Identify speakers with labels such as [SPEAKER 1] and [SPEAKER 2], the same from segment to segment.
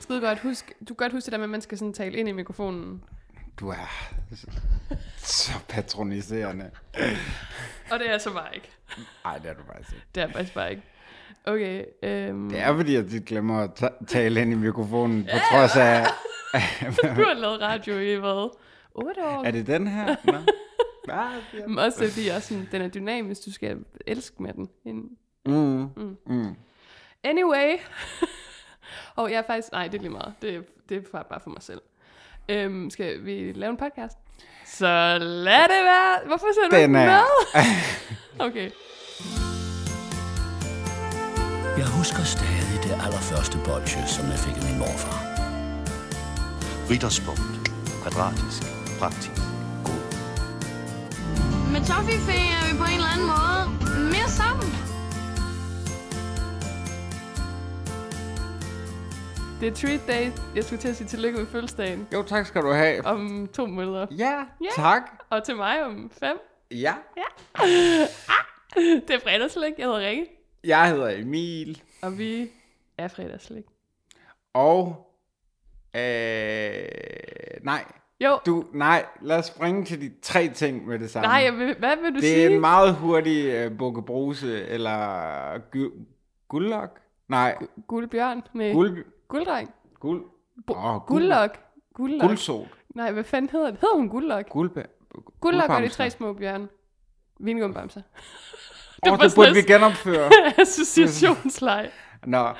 [SPEAKER 1] skide godt huske, du kan godt huske det der med, at man skal sådan tale ind i mikrofonen.
[SPEAKER 2] Du er så patroniserende.
[SPEAKER 1] Og det er så bare ikke.
[SPEAKER 2] Nej, det er du faktisk ikke.
[SPEAKER 1] Det er jeg faktisk bare ikke. Okay, øhm,
[SPEAKER 2] Det er fordi, at de glemmer at ta- tale ind i mikrofonen, på trods af...
[SPEAKER 1] du har lavet radio i hvad? 8 år.
[SPEAKER 2] Er det den her? Nå. Ah, ja.
[SPEAKER 1] Men Også fordi jeg er sådan, den er dynamisk, du skal elske med den. En-
[SPEAKER 2] Mm. Mm.
[SPEAKER 1] Anyway. og jeg er faktisk, nej, det er lige meget. Det, er- det er bare bare for mig selv. Øhm, skal vi lave en podcast? Så lad det være. Hvorfor ser du
[SPEAKER 2] Den
[SPEAKER 1] ikke
[SPEAKER 2] er-
[SPEAKER 1] med? okay.
[SPEAKER 3] Jeg husker stadig det allerførste bolsje, som jeg fik af min morfar.
[SPEAKER 4] Ritterspunkt. Kvadratisk. Praktisk. God.
[SPEAKER 5] Med Toffifee er vi på en eller anden måde mere sammen.
[SPEAKER 1] Det er treat day. Jeg skulle til at sige tillykke med fødselsdagen
[SPEAKER 2] Jo, tak skal du have.
[SPEAKER 1] om to måneder.
[SPEAKER 2] Ja,
[SPEAKER 1] Ja.
[SPEAKER 2] tak.
[SPEAKER 1] Og til mig om fem.
[SPEAKER 2] Ja.
[SPEAKER 1] Det er fredagslæg. Jeg hedder Rikke.
[SPEAKER 2] Jeg hedder Emil,
[SPEAKER 1] Og vi er fredagslæg.
[SPEAKER 2] og... Øh, nej,
[SPEAKER 1] Jo.
[SPEAKER 2] du, nej, lad os springe til de tre ting med det samme.
[SPEAKER 1] Nej, jeg vil, hvad vil du
[SPEAKER 2] det
[SPEAKER 1] sige?
[SPEAKER 2] er en meget hurtig uh, bukkebruse, eller gu- guldlok? Nej,
[SPEAKER 1] Guldbjørn. Nej.
[SPEAKER 2] guld...
[SPEAKER 1] Gulddreng.
[SPEAKER 2] guld
[SPEAKER 1] Bu-
[SPEAKER 2] Åh, guld-
[SPEAKER 1] Guldlok. Guldlok.
[SPEAKER 2] Guldsol.
[SPEAKER 1] Nej, hvad fanden hedder det? Hedder hun Guldlok?
[SPEAKER 2] Guldbæ...
[SPEAKER 1] Guldlok og de tre små bjørne. Vingumbamser.
[SPEAKER 2] Åh, oh,
[SPEAKER 1] var
[SPEAKER 2] det burde vi
[SPEAKER 1] sådan-
[SPEAKER 2] genopføre.
[SPEAKER 1] Associationsleje.
[SPEAKER 2] Nå, øh,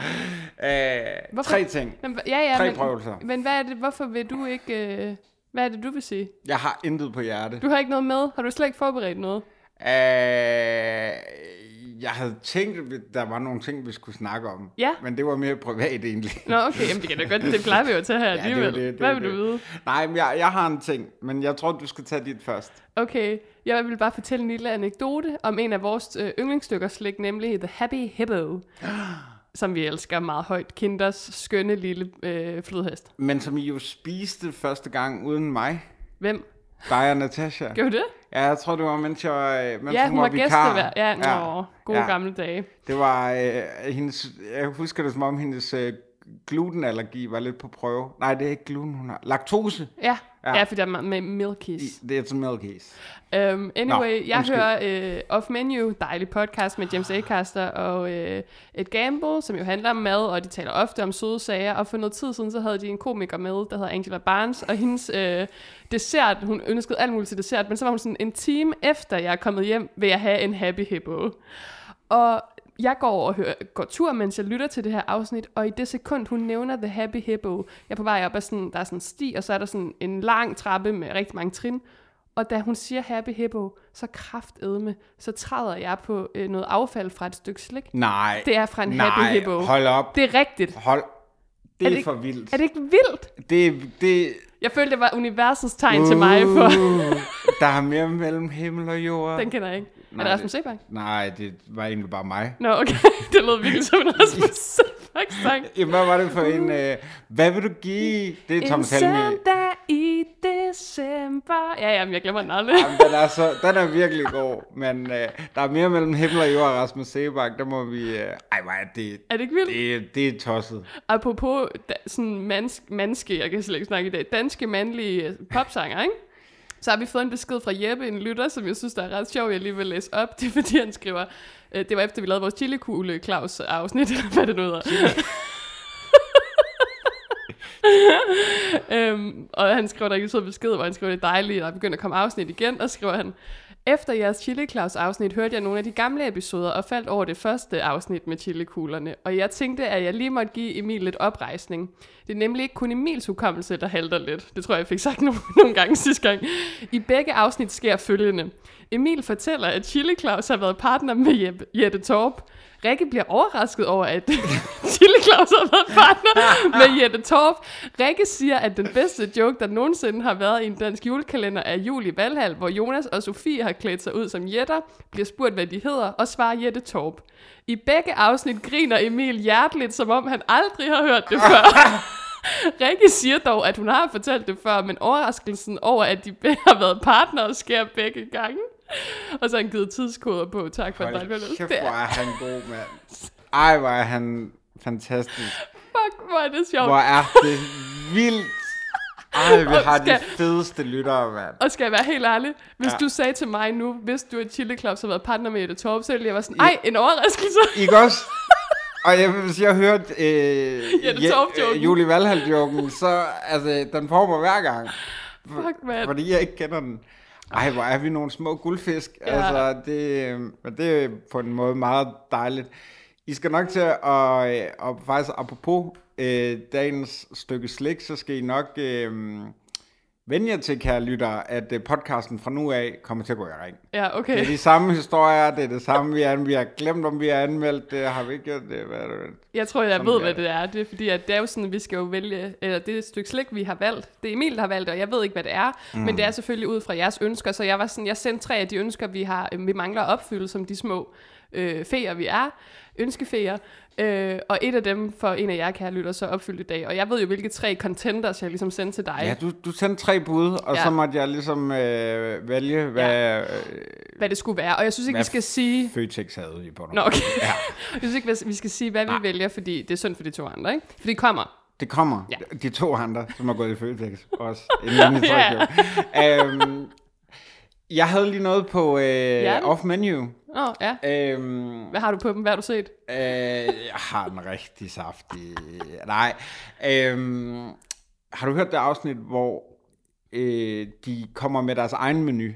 [SPEAKER 1] Hvorfor-
[SPEAKER 2] tre ting.
[SPEAKER 1] Men, hva- ja, ja,
[SPEAKER 2] Tre
[SPEAKER 1] men,
[SPEAKER 2] prøvelser.
[SPEAKER 1] Men hvad er det, hvorfor vil du ikke... Øh, hvad er det, du vil sige?
[SPEAKER 2] Jeg har intet på hjerte.
[SPEAKER 1] Du har ikke noget med. Har du slet ikke forberedt noget?
[SPEAKER 2] Øh, jeg havde tænkt, at der var nogle ting, vi skulle snakke om.
[SPEAKER 1] Ja.
[SPEAKER 2] Men det var mere privat egentlig.
[SPEAKER 1] Nå, okay, jamen det kan da godt, det plejer vi jo at tage her
[SPEAKER 2] Ja, det er jo
[SPEAKER 1] alligevel.
[SPEAKER 2] det, det er
[SPEAKER 1] hvad
[SPEAKER 2] jo
[SPEAKER 1] vil du
[SPEAKER 2] det.
[SPEAKER 1] vide?
[SPEAKER 2] Nej, men jeg, jeg har en ting, men jeg tror, du skal tage dit først.
[SPEAKER 1] Okay, jeg vil bare fortælle en lille anekdote om en af vores øh, yndlingsstykker slik, nemlig The Happy Hippo, som vi elsker meget højt. Kinders skønne lille øh, flodhest.
[SPEAKER 2] Men som I jo spiste første gang uden mig,
[SPEAKER 1] Hvem?
[SPEAKER 2] dig og Natasha.
[SPEAKER 1] Gjorde det?
[SPEAKER 2] Ja, jeg tror, det var, mens, jeg, øh, mens
[SPEAKER 1] Ja,
[SPEAKER 2] hun
[SPEAKER 1] hun var
[SPEAKER 2] vikar.
[SPEAKER 1] gæstevær. Ja, ja. Nå, gode
[SPEAKER 2] Ja.
[SPEAKER 1] ja. gamle dage.
[SPEAKER 2] Det var øh, hendes, jeg husker det som om hendes øh, glutenallergi var lidt på prøve. Nej, det er ikke gluten, hun har. Laktose.
[SPEAKER 1] Ja,
[SPEAKER 2] Ja.
[SPEAKER 1] ja. ja for der er ma- med milkies.
[SPEAKER 2] I- Det er til milkies.
[SPEAKER 1] Um, anyway,
[SPEAKER 2] Nå,
[SPEAKER 1] Nå, jeg
[SPEAKER 2] undskyld.
[SPEAKER 1] hører uh, Off Menu, dejlig podcast med James Acaster og uh, et gamble, som jo handler om mad, og de taler ofte om søde sager. Og for noget tid siden, så havde de en komiker med, der hedder Angela Barnes, og hendes uh, dessert, hun ønskede alt muligt til dessert, men så var hun sådan, en time efter jeg er kommet hjem, vil jeg have en happy hippo. Og jeg går over og hører, går tur, mens jeg lytter til det her afsnit, og i det sekund, hun nævner The Happy Hippo, jeg er på vej op ad sådan, der er sådan en sti, og så er der sådan en lang trappe med rigtig mange trin, og da hun siger Happy Hippo, så kraftedme, så træder jeg på øh, noget affald fra et stykke slik.
[SPEAKER 2] Nej.
[SPEAKER 1] Det er fra en
[SPEAKER 2] Nej,
[SPEAKER 1] Happy Hippo.
[SPEAKER 2] hold op.
[SPEAKER 1] Det er rigtigt.
[SPEAKER 2] Hold. Det er,
[SPEAKER 1] det
[SPEAKER 2] er det, for
[SPEAKER 1] ikke-
[SPEAKER 2] vildt.
[SPEAKER 1] Er det ikke vildt?
[SPEAKER 2] det, det,
[SPEAKER 1] Jeg følte, det var universets tegn uh. til mig, for
[SPEAKER 2] Uh, der er mere mellem himmel og jord.
[SPEAKER 1] den kender jeg ikke.
[SPEAKER 2] Nej,
[SPEAKER 1] er det
[SPEAKER 2] det-
[SPEAKER 1] Rasmus Sebak?
[SPEAKER 2] Nej, det var egentlig bare mig.
[SPEAKER 1] Nå, okay. det lød virkelig som en Rasmus Sebak sang.
[SPEAKER 2] Jamen, hvad var det for en... Øh, hvad vil du give? Det er Tom
[SPEAKER 1] Uh. En
[SPEAKER 2] Helmi.
[SPEAKER 1] søndag i december. Ja, ja, men jeg glemmer den aldrig.
[SPEAKER 2] Jamen, den er, så, den er virkelig god, men øh, der er mere mellem himmel og jord og Rasmus Sebak, der må vi... Øh, ej, hvor er det,
[SPEAKER 1] Er det ikke vildt?
[SPEAKER 2] det, det er tosset.
[SPEAKER 1] Apropos da, sådan mans, manske, jeg kan slet ikke snakke i dag, danske mandlige øh, popsanger, ikke? Så har vi fået en besked fra Jeppe, en lytter, som jeg synes, der er ret sjov, jeg lige vil læse op. Det er fordi, han skriver, øh, det var efter, vi lavede vores chilikugle Claus afsnit, eller hvad det nu hedder. øhm, og han skriver, der ikke så besked, hvor han skriver, det er dejligt, og der er begyndt at komme afsnit igen, og så skriver han, efter jeres Chili Claus afsnit hørte jeg nogle af de gamle episoder og faldt over det første afsnit med chilikuglerne, og jeg tænkte, at jeg lige måtte give Emil lidt oprejsning. Det er nemlig ikke kun Emils hukommelse, der halter lidt. Det tror jeg, jeg fik sagt nogle, nogle gange sidste gang. I begge afsnit sker følgende. Emil fortæller, at Chili Claus har været partner med Jeppe, Jette Torp. Rikke bliver overrasket over, at Chili Claus har været partner med Jette Torp. Rikke siger, at den bedste joke, der nogensinde har været i en dansk julekalender, er jul i Valhall, hvor Jonas og Sofie har klædt sig ud som jætter, bliver spurgt, hvad de hedder, og svarer Jette Torp. I begge afsnit griner Emil hjerteligt, som om han aldrig har hørt det før. Rikke siger dog, at hun har fortalt det før, men overraskelsen over, at de har været partnere, sker begge gange. Og så har han givet tidskoder på. Tak for at
[SPEAKER 2] Hold
[SPEAKER 1] det.
[SPEAKER 2] kæft,
[SPEAKER 1] Det
[SPEAKER 2] hvor
[SPEAKER 1] er
[SPEAKER 2] er han god, mand. Ej, hvor er han fantastisk.
[SPEAKER 1] Fuck, hvor er det sjovt.
[SPEAKER 2] Hvor er det vildt. Ej, vi
[SPEAKER 1] Og
[SPEAKER 2] har de
[SPEAKER 1] skal-
[SPEAKER 2] fedeste lyttere, mand.
[SPEAKER 1] Og skal jeg være helt ærlig, hvis
[SPEAKER 2] Ja.
[SPEAKER 1] ja. du sagde til mig nu, hvis du at Chili Clubs har været partner med Jette Torpsøl, jeg var sådan, ej, en overraskelse.
[SPEAKER 2] Ikke også? Og jeg, hvis jeg hørte øh,
[SPEAKER 1] Jette Torp-joken.
[SPEAKER 2] øh, Julie Valhall-joken, så altså, den får mig hver gang.
[SPEAKER 1] Fuck, mand.
[SPEAKER 2] Fordi jeg ikke kender den. Ej, hvor er vi nogle små guldfisk. Ja.
[SPEAKER 1] Ja.
[SPEAKER 2] Altså, det, øh, men det er på en måde meget dejligt. I skal nok til at, og, øh, og faktisk apropos øh, dagens stykke slik, så skal I nok øh, vende jer til, kære lyttere, at øh, podcasten fra nu af kommer til at gå i ring.
[SPEAKER 1] Ja,
[SPEAKER 2] Det
[SPEAKER 1] okay.
[SPEAKER 2] er de samme historier, det er det samme, vi, an, vi har glemt, om vi har anmeldt det, har vi ikke gjort det, hvad er det?
[SPEAKER 1] Jeg tror, jeg
[SPEAKER 2] Sådan
[SPEAKER 1] ved,
[SPEAKER 2] er
[SPEAKER 1] hvad
[SPEAKER 2] det.
[SPEAKER 1] det er. Det er fordi, at det er jo sådan, at vi skal jo vælge, eller det er et stykke slik, vi har valgt. Det er Emil, der har valgt, og jeg ved ikke, hvad det er. Mm. Men det er selvfølgelig ud fra jeres ønsker. Så jeg var sådan, jeg sendte tre af de ønsker, vi, har, øh, vi mangler at opfylde, som de små øh, feer, vi er. Ønskefeer. Øh, og et af dem for en af jer, kære lytter, så opfyldt i dag. Og jeg ved jo, hvilke tre contenders, jeg ligesom sendte til dig.
[SPEAKER 2] Ja, du, du sendte tre bud, og ja.
[SPEAKER 1] Ja.
[SPEAKER 2] så måtte jeg ligesom øh, vælge, hvad
[SPEAKER 1] Hvad det skulle være. Og jeg synes ikke,
[SPEAKER 2] Hvad
[SPEAKER 1] vi skal sige...
[SPEAKER 2] Føtex havde i på
[SPEAKER 1] Nå, okay. Ja. Jeg synes ikke, hvad- vi skal sige, hvad vi vælger, fordi det er synd for de to andre, ikke? For de kommer.
[SPEAKER 2] Det kommer. Ja.
[SPEAKER 1] Ja.
[SPEAKER 2] De to andre, som har gået i Føtex også. Inden min
[SPEAKER 1] Ja.
[SPEAKER 2] yeah. øhm, jeg havde lige noget på øh,
[SPEAKER 1] Ja.
[SPEAKER 2] off-menu.
[SPEAKER 1] Åh, oh, ja.
[SPEAKER 2] Øhm,
[SPEAKER 1] Hvad har du på dem? Hvad har du set?
[SPEAKER 2] øh, jeg har en rigtig saftig... Nej. Øhm, har du hørt det afsnit, hvor øh, de kommer med deres egen menu?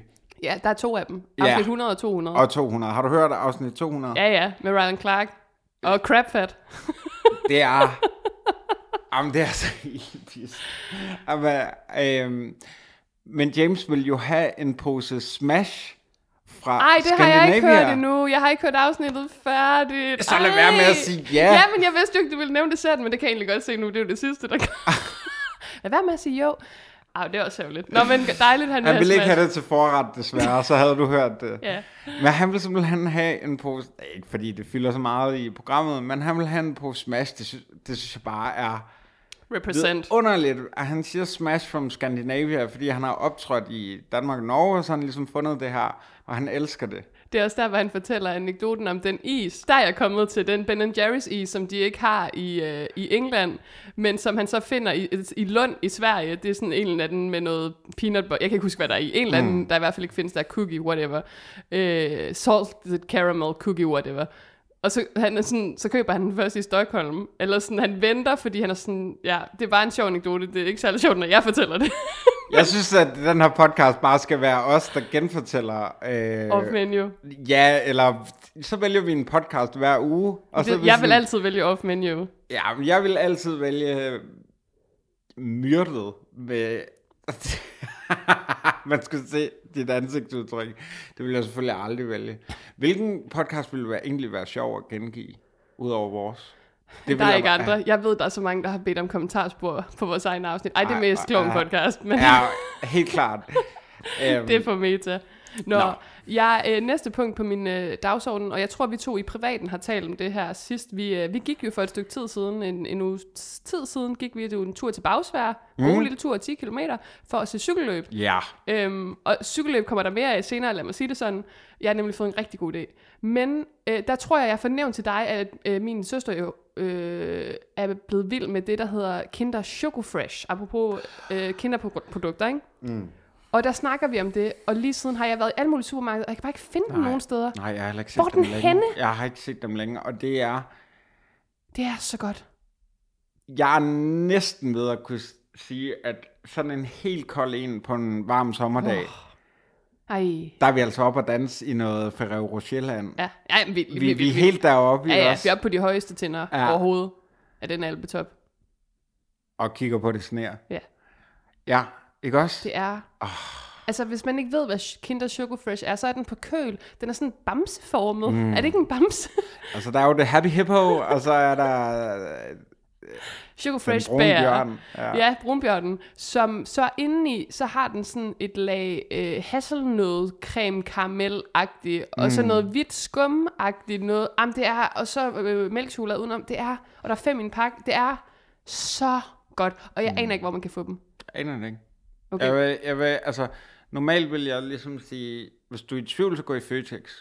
[SPEAKER 1] Ja, der er to af dem.
[SPEAKER 2] Ja.
[SPEAKER 1] Afsnit 100 og 200.
[SPEAKER 2] Og 200. Har du hørt afsnit 200?
[SPEAKER 1] Ja, ja, med Ryan Clark. Og Crabfat.
[SPEAKER 2] Det er... Jamen, det er så helt pis. Jamen, øhm, men James vil jo have en pose smash fra
[SPEAKER 1] Ej, det har jeg ikke
[SPEAKER 2] Scandinavia.
[SPEAKER 1] hørt endnu. Jeg har ikke hørt afsnittet færdigt.
[SPEAKER 2] Så lad
[SPEAKER 1] Ej.
[SPEAKER 2] være med at sige ja.
[SPEAKER 1] Ja, men jeg vidste jo ikke, du ville nævne det selv, men det kan jeg egentlig godt se nu. Det er jo det sidste, der kommer. lad være med at sige jo. Ej, det er også særligt. Nå, men dejligt, han vil
[SPEAKER 2] Han ville ikke
[SPEAKER 1] smash.
[SPEAKER 2] have det til forret, desværre, så havde du hørt det.
[SPEAKER 1] Ja.
[SPEAKER 2] Men han ville simpelthen have en pose, ikke fordi det fylder så meget i programmet, men han vil have en pose smash, det synes, det synes jeg bare er
[SPEAKER 1] Represent.
[SPEAKER 2] underligt. At han siger smash from Scandinavia, fordi han har optrådt i Danmark og Norge, og så har han ligesom fundet det her, og han elsker det.
[SPEAKER 1] Det er også der, hvor han fortæller anekdoten om den is. Der er jeg kommet til den Ben Jerry's is, som de ikke har i, øh, i England, men som han så finder i, i Lund i Sverige. Det er sådan en eller anden med noget peanut butter. Jeg kan ikke huske, hvad der er i. En eller anden, mm. der i hvert fald ikke findes, der er cookie, whatever. Øh, salted caramel cookie, whatever. Og så, han er sådan, så køber han den først i Stockholm. Eller sådan, han venter, fordi han er sådan... Ja, det er bare en sjov anekdote. Det er ikke særlig sjovt, når jeg fortæller det.
[SPEAKER 2] Jeg synes, at den her podcast bare skal være os, der genfortæller. Øh,
[SPEAKER 1] Off menu.
[SPEAKER 2] ja, eller så vælger vi en podcast hver uge. Og så er vi
[SPEAKER 1] Jeg
[SPEAKER 2] sådan-
[SPEAKER 1] vil altid vælge off menu.
[SPEAKER 2] Ja, men jeg vil altid vælge øh, myrdet med... Man skulle se dit ansigtsudtryk. Det vil jeg selvfølgelig aldrig vælge. Hvilken podcast ville være, egentlig være sjov at gengive, udover vores? Det
[SPEAKER 1] Der
[SPEAKER 2] vil
[SPEAKER 1] er
[SPEAKER 2] jeg
[SPEAKER 1] ikke
[SPEAKER 2] bare-
[SPEAKER 1] andre. Jeg ved, der er så mange, der har bedt om kommentarspor på vores egne afsnit. Ej, det er
[SPEAKER 2] Ej,
[SPEAKER 1] mest
[SPEAKER 2] ej,
[SPEAKER 1] kloven podcast, men
[SPEAKER 2] Ja,
[SPEAKER 1] ja.
[SPEAKER 2] helt klart. Øhm,
[SPEAKER 1] det er for meta. Nå,
[SPEAKER 2] Nå.
[SPEAKER 1] Nå. Jeg, øh, næste punkt på min øh, dagsorden, og jeg tror, vi to i privaten har talt om det her sidst. Vi, øh, vi gik jo for et stykke tid siden, en, en uges tid siden, gik vi jo en tur til Bagsvær, mm. en lille tur 10 km, for at se cykelløb.
[SPEAKER 2] Ja,
[SPEAKER 1] Øhm, og cykelløb kommer der mere af senere, lad mig sige det sådan. Jeg har nemlig fået en rigtig god idé. Men øh, der tror jeg, jeg får nævnt til dig, at øh, min søster jo øh, er blevet vild med det, der hedder Kinder Choco Fresh. Apropos øh, kinderprodukter, ikke? Mm. Og der snakker vi om det, og lige siden har jeg været i alle mulige supermarkeder, og jeg kan bare ikke finde dem nogen steder.
[SPEAKER 2] nej, jeg har heller ikke set
[SPEAKER 1] Hvor er
[SPEAKER 2] dem
[SPEAKER 1] den
[SPEAKER 2] længe.
[SPEAKER 1] henne?
[SPEAKER 2] Jeg har ikke set dem længe, og det er...
[SPEAKER 1] Det er så godt.
[SPEAKER 2] Jeg er næsten ved at kunne s- sige, at sådan en helt kold en på en varm sommerdag, oh.
[SPEAKER 1] Ej.
[SPEAKER 2] der er vi altså oppe og danse i noget Ferrero Rocherland.
[SPEAKER 1] Ja, ja men vi,
[SPEAKER 2] vi, vi, vi er helt deroppe
[SPEAKER 1] ja,
[SPEAKER 2] i
[SPEAKER 1] ja,
[SPEAKER 2] os,
[SPEAKER 1] vi er oppe på de højeste tænder
[SPEAKER 2] Ja.
[SPEAKER 1] ja. overhovedet af den albetop.
[SPEAKER 2] og kigger på det sner.
[SPEAKER 1] Ja.
[SPEAKER 2] Ja, ikke også?
[SPEAKER 1] Det er... Oh. Altså, hvis man ikke ved, hvad sh- Kinder Choco Fresh er, så er den på køl. Den er sådan bamseformet. Mm. Er det ikke en bamse?
[SPEAKER 2] Altså, der er jo det Happy Hippo, og så er der øh,
[SPEAKER 1] Choco
[SPEAKER 2] den
[SPEAKER 1] Fresh
[SPEAKER 2] brune
[SPEAKER 1] bærer.
[SPEAKER 2] bjørn. Ja.
[SPEAKER 1] Ja, brunbjørnen, som så indeni, så har den sådan et lag øh, hasselnød, creme karamel agtigt og så noget hvidt skum agtigt noget. Jamen, det er, og så øh, mælkchokolade udenom. Det er, og der er fem i en pakke. Det er så godt. Og jeg mm. aner ikke, hvor man kan få dem.
[SPEAKER 2] Jeg Aner det ikke. Okay.
[SPEAKER 1] Okay.
[SPEAKER 2] Jeg vil, jeg vil, altså, normalt vil jeg ligesom sige, hvis du er i tvivl, så gå i Føtex.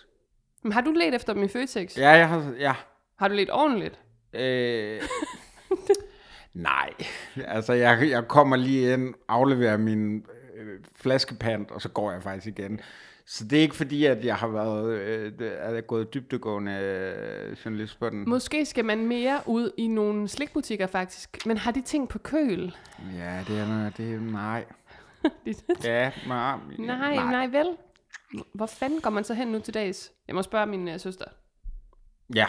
[SPEAKER 1] Men har du let efter dem i Føtex?
[SPEAKER 2] Ja, jeg har, ja.
[SPEAKER 1] Har du let ordentligt?
[SPEAKER 2] Øh, Nej, altså jeg, jeg kommer lige ind, afleverer min øh, flaskepant, og så går jeg faktisk igen. Så det er ikke fordi, at jeg har været, øh, det- at jeg er gået dybtegående øh, journalist på den.
[SPEAKER 1] Måske skal man mere ud i nogle slikbutikker faktisk, men har de ting på køl?
[SPEAKER 2] Ja, det er, det er nej.
[SPEAKER 1] De-
[SPEAKER 2] Ja, nej.
[SPEAKER 1] Nej, nej, nej vel. Hvor fanden går man så hen nu til dags? Jeg må spørge min uh, søster.
[SPEAKER 2] Ja,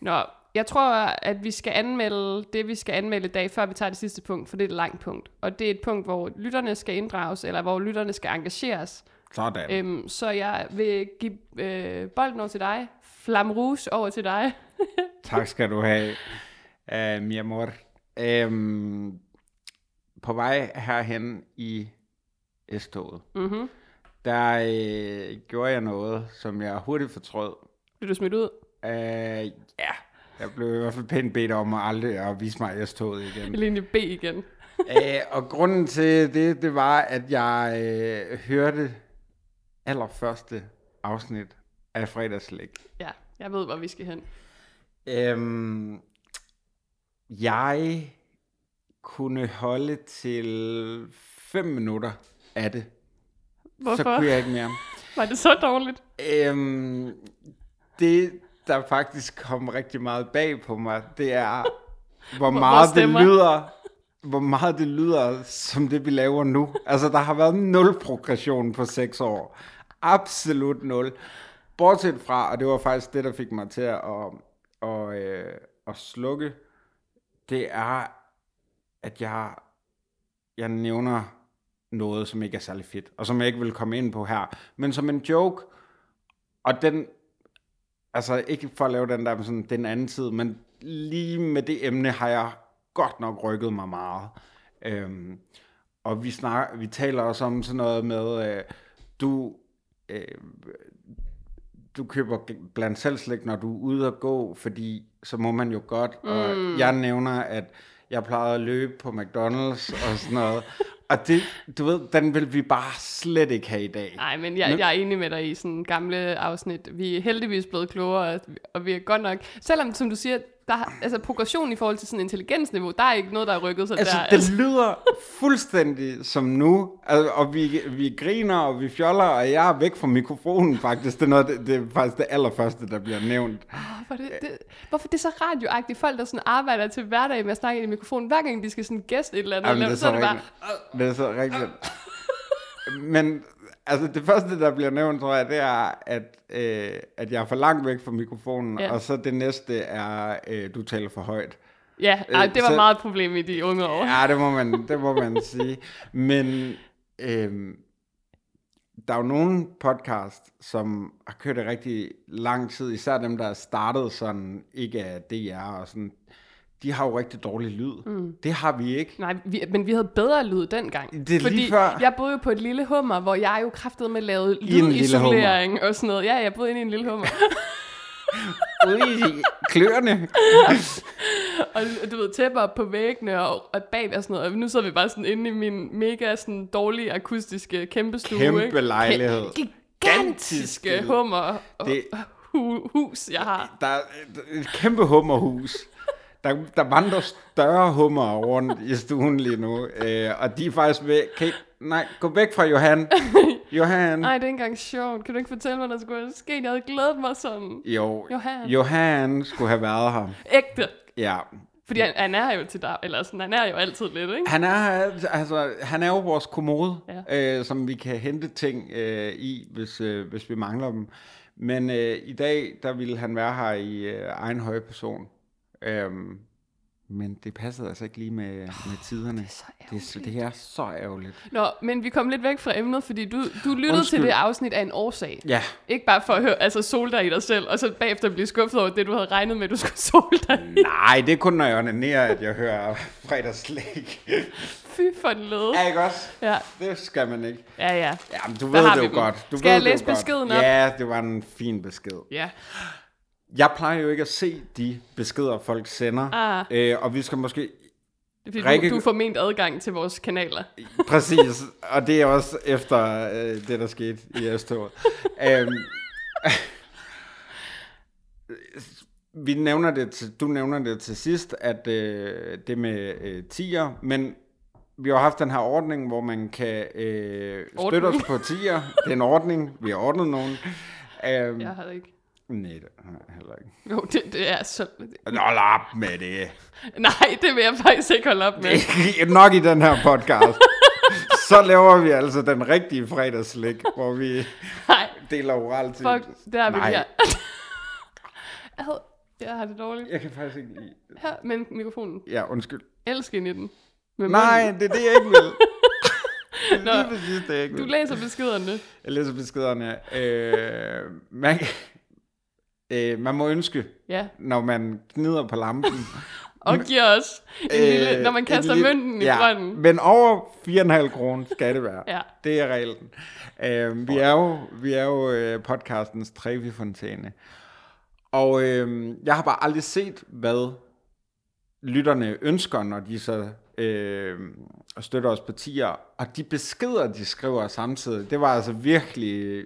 [SPEAKER 1] Nå, jeg tror, at vi skal anmelde det, vi skal anmelde i dag, før vi tager det sidste punkt, for det er et langt punkt. Og det er et punkt, hvor lytterne skal inddrages, eller hvor lytterne skal engageres.
[SPEAKER 2] sådan. Øh.
[SPEAKER 1] Øhm, så jeg vil give øh, bolden over til dig, Flam Rouge over til dig.
[SPEAKER 2] Tak skal du have, øh, mi amor. Øhm, på vej herhen i S-toget,
[SPEAKER 1] Mm-hmm.
[SPEAKER 2] der øh, gjorde jeg noget, som jeg hurtigt fortrød.
[SPEAKER 1] Bliver du smidt ud?
[SPEAKER 2] Øh, ja, jeg blev i hvert fald pænt bedt om at aldrig at vise mig S-toget igen.
[SPEAKER 1] Eller egentlig B igen.
[SPEAKER 2] Æh, og grunden til det, det var, at jeg øh, hørte allerførste afsnit af fredagslæg.
[SPEAKER 1] Ja, jeg ved, hvor vi skal hen.
[SPEAKER 2] Øhm, jeg kunne holde til 5 minutter af det. Så
[SPEAKER 1] Hvorfor?
[SPEAKER 2] kunne jeg ikke mere.
[SPEAKER 1] Var det så dårligt?
[SPEAKER 2] Øhm, det, der faktisk kom rigtig meget bag på mig, det er, hvor meget det
[SPEAKER 1] stemmer.
[SPEAKER 2] lyder, hvor meget det lyder, som det vi laver nu. Altså, der har været nul progression på seks år. Absolut nul. Bortset fra, og det var faktisk det, der fik mig til at, at, øh, at slukke, det er, at jeg, jeg nævner noget, som ikke er særlig fedt, og som jeg ikke vil komme ind på her, men som en joke, og den, altså ikke for at lave den der med sådan den anden tid, men lige med det emne har jeg godt nok rykket mig meget. Øhm, og vi, snakker, vi taler også om sådan noget med, øh, du, øh, du køber g- blandt selv slik, når du er ude at gå, fordi så må man jo godt. Mm. Og jeg nævner, at jeg plejede at løbe på McDonald's og sådan noget. og det, du ved, den vil vi bare slet ikke have i dag.
[SPEAKER 1] Nej, men jeg, jeg er enig med dig i sådan gamle afsnit. Vi er heldigvis blevet klogere, og- og vi er godt nok... Selvom, som du siger, der, har- altså progression i forhold til sådan intelligensniveau, der er ikke noget, der er rykket sig
[SPEAKER 2] Altså,
[SPEAKER 1] der.
[SPEAKER 2] det lyder fuldstændig som nu, altså, og vi, vi griner, og vi fjoller, og jeg er væk fra mikrofonen faktisk. Det er, noget, det, det er faktisk det allerførste, der bliver nævnt.
[SPEAKER 1] Hvorfor, det, det, hvorfor det er så radioagtigt? Folk, der sådan arbejder til hverdag med at snakke ind i mikrofonen, hver gang de skal sådan gæste et eller andet,
[SPEAKER 2] Jamen, det er så,
[SPEAKER 1] er det bare...
[SPEAKER 2] rigtigt. Det er så rigtigt. Men altså, det første, der bliver nævnt, tror jeg, det er, at, øh, at jeg er for langt væk fra mikrofonen,
[SPEAKER 1] Ja.
[SPEAKER 2] ja. og så det næste er, øh, du taler for højt.
[SPEAKER 1] Ja, ej,
[SPEAKER 2] Øh,
[SPEAKER 1] det var
[SPEAKER 2] så-
[SPEAKER 1] meget et problem i de unge år.
[SPEAKER 2] Ja, det må man, det må man sige. Men øhm, der er jo nogle podcast, som har kørt i rigtig lang tid, især dem, der er startet sådan, ikke af DR og sådan, de har jo rigtig dårlig lyd. Mm. Det har vi ikke.
[SPEAKER 1] Nej, vi, men vi havde bedre lyd dengang.
[SPEAKER 2] Det er
[SPEAKER 1] fordi
[SPEAKER 2] lige før.
[SPEAKER 1] jeg boede jo på et lille hummer, hvor jeg jo kraftede med lavet
[SPEAKER 2] I en lille hummer.
[SPEAKER 1] lydisolering og sådan noget. Ja, jeg boede inde i en lille hummer.
[SPEAKER 2] Ude i kløerne.
[SPEAKER 1] og du ved, tæpper op på væggene og, og bag og sådan noget. Og nu sidder vi bare sådan inde i min mega sådan dårlige akustiske kæmpe stue.
[SPEAKER 2] Kæmpe
[SPEAKER 1] ikke?
[SPEAKER 2] lejlighed.
[SPEAKER 1] Kæ-
[SPEAKER 2] Gigantiske.
[SPEAKER 1] Gigantiske hummer og
[SPEAKER 2] Det-
[SPEAKER 1] hu- hus, jeg har.
[SPEAKER 2] Der er et- et kæmpe hummerhus. Der, der vandrer større hummer rundt i stuen lige nu. Øh, og de er faktisk ved... Kan I, nej, gå væk fra Johan. Johan.
[SPEAKER 1] Nej, det er ikke engang sjovt. Kan du ikke fortælle mig, hvad der skulle ske? Jeg havde glædet mig sådan.
[SPEAKER 2] Jo,
[SPEAKER 1] Johan.
[SPEAKER 2] Johan skulle have været her.
[SPEAKER 1] Ægte.
[SPEAKER 2] Ja.
[SPEAKER 1] Fordi han, han er jo til dig, eller sådan, han er jo altid lidt, ikke?
[SPEAKER 2] Han er, altså, han er jo vores kommode,
[SPEAKER 1] Ja.
[SPEAKER 2] ja. øh, som vi kan hente ting øh, i, hvis, øh, hvis vi mangler dem. Men øh, i dag, der ville han være her i øh, egen høje person. Øhm, men det passede altså ikke lige med, med tiderne. Det er så ærgerligt. Det, det er så ærgerligt.
[SPEAKER 1] Nå, men vi kom lidt væk fra emnet, fordi du, du lyttede Undskyld.
[SPEAKER 2] Undskyld.
[SPEAKER 1] til det afsnit af en årsag.
[SPEAKER 2] Ja,
[SPEAKER 1] Ikke bare for at høre, altså sol dig i dig selv, og så bagefter blive skuffet over det, du havde regnet med, du skulle sol dig i.
[SPEAKER 2] nej, det er kun, når jeg onanerer, at jeg hører fredagslæg.
[SPEAKER 1] Fy for en led.
[SPEAKER 2] ja, ikke også?
[SPEAKER 1] Ja,
[SPEAKER 2] Det skal man ikke.
[SPEAKER 1] ja, ja.
[SPEAKER 2] Jamen, du
[SPEAKER 1] Der
[SPEAKER 2] ved
[SPEAKER 1] har
[SPEAKER 2] det
[SPEAKER 1] vi
[SPEAKER 2] jo
[SPEAKER 1] den.
[SPEAKER 2] godt. Du
[SPEAKER 1] Skal
[SPEAKER 2] ved
[SPEAKER 1] jeg
[SPEAKER 2] det jo
[SPEAKER 1] læse
[SPEAKER 2] godt.
[SPEAKER 1] beskeden op?
[SPEAKER 2] Ja, det var en fin besked.
[SPEAKER 1] Ja,
[SPEAKER 2] Jeg plejer jo ikke at se de beskeder, folk sender.
[SPEAKER 1] Ah.
[SPEAKER 2] Øh, og vi skal måske...
[SPEAKER 1] det er fordi,
[SPEAKER 2] Rikke-
[SPEAKER 1] du, du får ment adgang til vores kanaler.
[SPEAKER 2] Præcis. og det er også efter øh, det, der skete i S-toget. øhm, vi nævner det til, du nævner det til sidst, at øh, det med øh, tier, men vi har haft den her ordning, hvor man kan øh, støtte
[SPEAKER 1] Ordning.
[SPEAKER 2] os på tier. Det er en ordning, vi har ordnet nogen. Øhm, ja.
[SPEAKER 1] Jeg havde ikke.
[SPEAKER 2] Nej, det har jeg heller ikke.
[SPEAKER 1] Jo, det, det er så...
[SPEAKER 2] Nå, Hold op med det.
[SPEAKER 1] Nej, det vil jeg faktisk ikke holde op med.
[SPEAKER 2] Nok i den her podcast. Så laver vi altså den rigtige fredagslæg, hvor vi
[SPEAKER 1] Nej,
[SPEAKER 2] deler oral til.
[SPEAKER 1] fuck, der vil
[SPEAKER 2] Nej.
[SPEAKER 1] jeg... Ad, jeg har det dårligt.
[SPEAKER 2] Jeg kan faktisk ikke lide det.
[SPEAKER 1] Her med mikrofonen.
[SPEAKER 2] Ja, undskyld.
[SPEAKER 1] Elsk ind i den. Med
[SPEAKER 2] Nej,
[SPEAKER 1] munden.
[SPEAKER 2] det er det, jeg ikke vil. Det er
[SPEAKER 1] Nå,
[SPEAKER 2] Lige præcis det, jeg ikke
[SPEAKER 1] Du
[SPEAKER 2] vil.
[SPEAKER 1] læser beskederne.
[SPEAKER 2] Jeg læser beskederne. Øh, man, øh, man må ønske,
[SPEAKER 1] Ja,
[SPEAKER 2] når man gnider på lampen.
[SPEAKER 1] og giver os en øh, lille, når man
[SPEAKER 2] en
[SPEAKER 1] kaster
[SPEAKER 2] lille-
[SPEAKER 1] mønten i
[SPEAKER 2] ja,
[SPEAKER 1] brønden.
[SPEAKER 2] Men over 4,5 kroner skal det være.
[SPEAKER 1] Ja.
[SPEAKER 2] Det er reglen. Øh, vi er jo, vi er jo øh, podcastens Trevi-fontæne. Og øh, jeg har bare aldrig set, hvad lytterne ønsker, når de så øh, støtter os på tier. Og de beskeder, de skriver samtidig, det var altså virkelig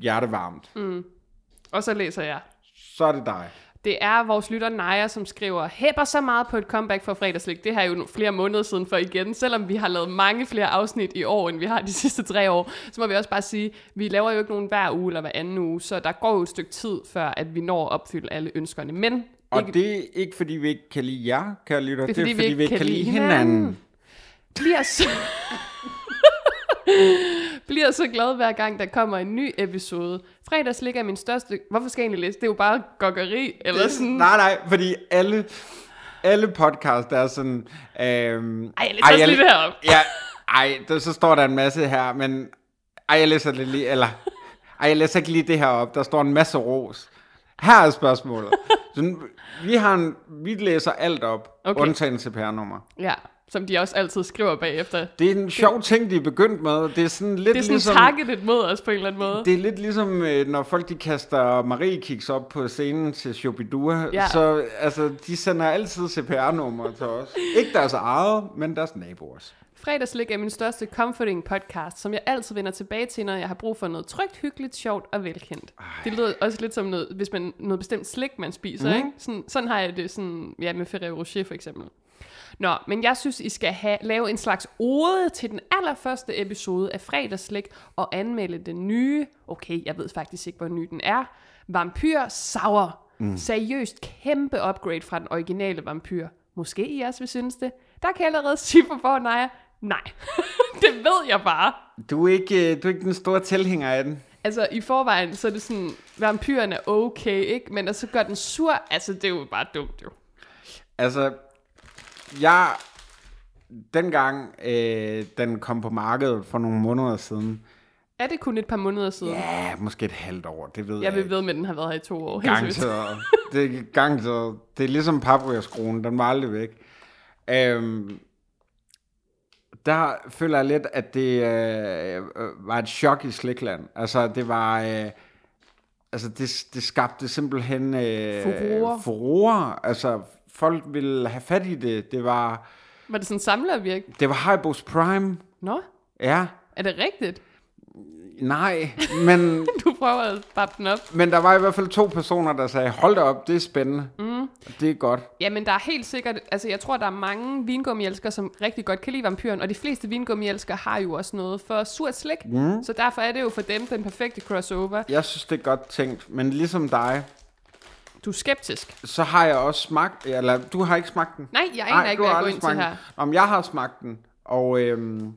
[SPEAKER 2] hjertevarmt. Mm.
[SPEAKER 1] Og så læser jeg.
[SPEAKER 2] Så er det dig.
[SPEAKER 1] Det er vores lytter Naja, som skriver, hæpper så meget på et comeback for fredagslik. Det her er jo nu flere måneder siden for igen, selvom vi har lavet mange flere afsnit i år, end vi har de sidste tre år. Så må vi også bare sige, vi laver jo ikke nogen hver uge eller hver anden uge, så der går jo et stykke tid, før at vi når at opfylde alle ønskerne. Men
[SPEAKER 2] Og
[SPEAKER 1] ikke-
[SPEAKER 2] det er ikke fordi, vi ikke kan lide jer, kære lytter.
[SPEAKER 1] Det er, fordi vi ikke kan lide hinanden. bliver så... bliver så glad hver gang, der kommer en ny episode. Fredagslik er min største... Hvorfor skal jeg egentlig læse? Det er jo bare gokkeri, eller
[SPEAKER 2] Det,
[SPEAKER 1] sådan...
[SPEAKER 2] Nej, nej, fordi alle, alle podcasts, der er sådan... Øhm,
[SPEAKER 1] Ej, jeg læser også lige det her op.
[SPEAKER 2] Ja, ej, der, så står der en masse her, men... Ej, jeg læser det lige, eller... Ej, jeg læser ikke lige det her op. Der står en masse ros. Her er spørgsmålet. Så, vi, har en, vi læser alt op,
[SPEAKER 1] Okay.
[SPEAKER 2] okay. undtagen CPR-nummer.
[SPEAKER 1] Ja, som de også altid skriver bagefter. Det
[SPEAKER 2] Det er en sjov ting, de er begyndt med. Det er sådan lidt
[SPEAKER 1] er sådan ligesom...
[SPEAKER 2] ligesom...
[SPEAKER 1] targetet mod os på en eller anden måde. Det...
[SPEAKER 2] Det er lidt ligesom, øh, når folk de kaster Marie Kiks op på scenen til Shobidua,
[SPEAKER 1] Ja.
[SPEAKER 2] ja. så altså, de sender altid CPR-numre til os. Ikke deres eget, men deres naboers.
[SPEAKER 1] Fredagslik er min største comforting podcast, som jeg altid vender tilbage til, når jeg har brug for noget trygt, hyggeligt, sjovt og velkendt. Ej. Det lyder også lidt som noget, hvis man, noget bestemt slik, man spiser. Mm. Ikke? Sådan, sådan har jeg det sådan, ja, med Ferrero Rocher for eksempel. Nå, men jeg synes, I skal have, lave en slags ode til den allerførste episode af Fredagslæg og anmelde den nye, okay, jeg ved faktisk ikke, hvor ny den er, Vampyr Sauer. Mm. Seriøst kæmpe upgrade fra den originale Vampyr. Måske I også vil synes det. Der kan jeg allerede sige på forhånd, nej. Nej, det ved jeg bare.
[SPEAKER 2] Du er ikke, øh, du er ikke den store tilhænger af den.
[SPEAKER 1] Altså, i forvejen, så er det sådan, vampyren er okay, ikke? Men at så gør den sur, altså, det er jo bare dumt, jo.
[SPEAKER 2] Altså, jeg... Dengang øh, den kom på markedet for nogle måneder siden,
[SPEAKER 1] Er det kun et par måneder siden? Yeah,
[SPEAKER 2] ja, måske et halvt år, det ved
[SPEAKER 1] jeg
[SPEAKER 2] jeg
[SPEAKER 1] vil
[SPEAKER 2] ikke.
[SPEAKER 1] ved med, at den har været her i to år. helt seriøst.
[SPEAKER 2] Garanteret. Det er garanteret. Det er ligesom paprikaskruen, den var aldrig væk. Øhm, der føler jeg lidt, at det øh, øh, var et chok i Slikland. Altså, det var... Øh, altså, det, det skabte simpelthen... Øh,
[SPEAKER 1] Furore.
[SPEAKER 2] Furore. Altså, folk ville have fat i det. Det var,
[SPEAKER 1] Var det sådan samlervirk?
[SPEAKER 2] det var Hybos Prime.
[SPEAKER 1] Nå,
[SPEAKER 2] Ja.
[SPEAKER 1] er det rigtigt?
[SPEAKER 2] Nej, men...
[SPEAKER 1] Du prøver at bappe den op.
[SPEAKER 2] Men der var i hvert fald to personer, der sagde, hold da op, det er spændende. Mm. Det er godt.
[SPEAKER 1] Jamen, der er helt sikkert... Altså, jeg tror, der er mange vingummielskere, som rigtig godt kan lide vampyren, og de fleste vingummielskere har jo også noget for surt slik. Mm. Så derfor er det jo for dem den perfekte crossover.
[SPEAKER 2] Jeg synes, det er godt tænkt, men ligesom dig,
[SPEAKER 1] Du er skeptisk.
[SPEAKER 2] så har jeg også smagt, eller du har ikke smagt den.
[SPEAKER 1] Nej, jeg aner ikke,
[SPEAKER 2] du
[SPEAKER 1] hvad
[SPEAKER 2] har
[SPEAKER 1] jeg går
[SPEAKER 2] aldrig
[SPEAKER 1] ind til
[SPEAKER 2] smagt
[SPEAKER 1] her.
[SPEAKER 2] den. Om jeg har smagt den, og øhm,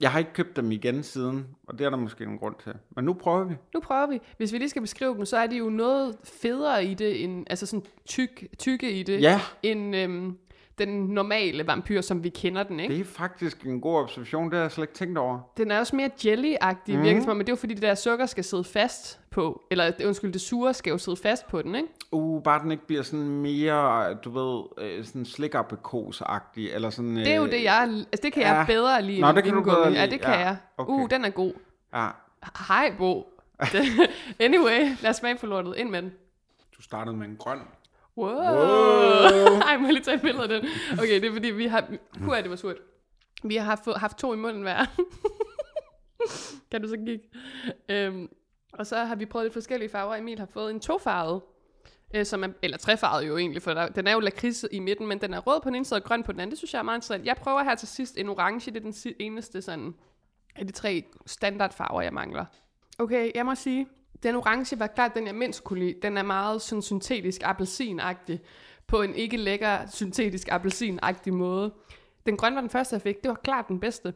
[SPEAKER 2] jeg har ikke købt dem igen siden, og det er der måske en grund til. Men nu prøver vi.
[SPEAKER 1] Nu prøver vi. Hvis vi lige skal beskrive dem, så er de jo noget federe i det, end, altså sådan tyk, tykke i det,
[SPEAKER 2] Ja.
[SPEAKER 1] end øhm, den normale vampyr, som vi kender den, ikke?
[SPEAKER 2] Det er faktisk en god observation, det har jeg slet ikke tænkt over.
[SPEAKER 1] Den er også mere jelly-agtig, mm.
[SPEAKER 2] Mhm.
[SPEAKER 1] virkelig, men det er jo fordi, det der sukker skal sidde fast på, eller undskyld, det sure skal jo sidde fast på den, ikke?
[SPEAKER 2] Uh, bare den ikke bliver sådan mere, du ved, øh, sådan slikapekos-agtig, eller sådan...
[SPEAKER 1] Det er jo det, jeg, altså, det kan jeg
[SPEAKER 2] Øh, ja.
[SPEAKER 1] bedre lide
[SPEAKER 2] Nå,
[SPEAKER 1] end
[SPEAKER 2] det kan du
[SPEAKER 1] vingummi.
[SPEAKER 2] bedre lide.
[SPEAKER 1] Ja, det kan
[SPEAKER 2] Ja,
[SPEAKER 1] jeg.
[SPEAKER 2] okay.
[SPEAKER 1] Uh, den er god.
[SPEAKER 2] Ja,
[SPEAKER 1] Hej, Bo. anyway, lad os smage på lortet. Ind med den.
[SPEAKER 2] du startede med en grøn.
[SPEAKER 1] Wow. Ej, må jeg lige tage et billede af den? Okay, det er fordi, vi har... Puh, det var surt. Vi har haft, fået- haft to i munden hver. kan du så kigge? Øhm, Og så har vi prøvet lidt forskellige farver. Emil har fået en tofarvet, øh, som er, eller trefarvet jo egentlig, for der, den er jo lakrids i midten, men den er rød på den ene side og grøn på den anden. Det synes jeg er meget interessant. Jeg prøver her til sidst en orange. Det er den si- eneste sådan af de tre standardfarver, jeg mangler. Okay, jeg må sige, den orange var klart den, jeg mindst kunne lide. Den er meget sådan syntetisk appelsinagtig, på en ikke lækker syntetisk appelsinagtig måde. Den grønne var den første, jeg fik. Det var klart den bedste.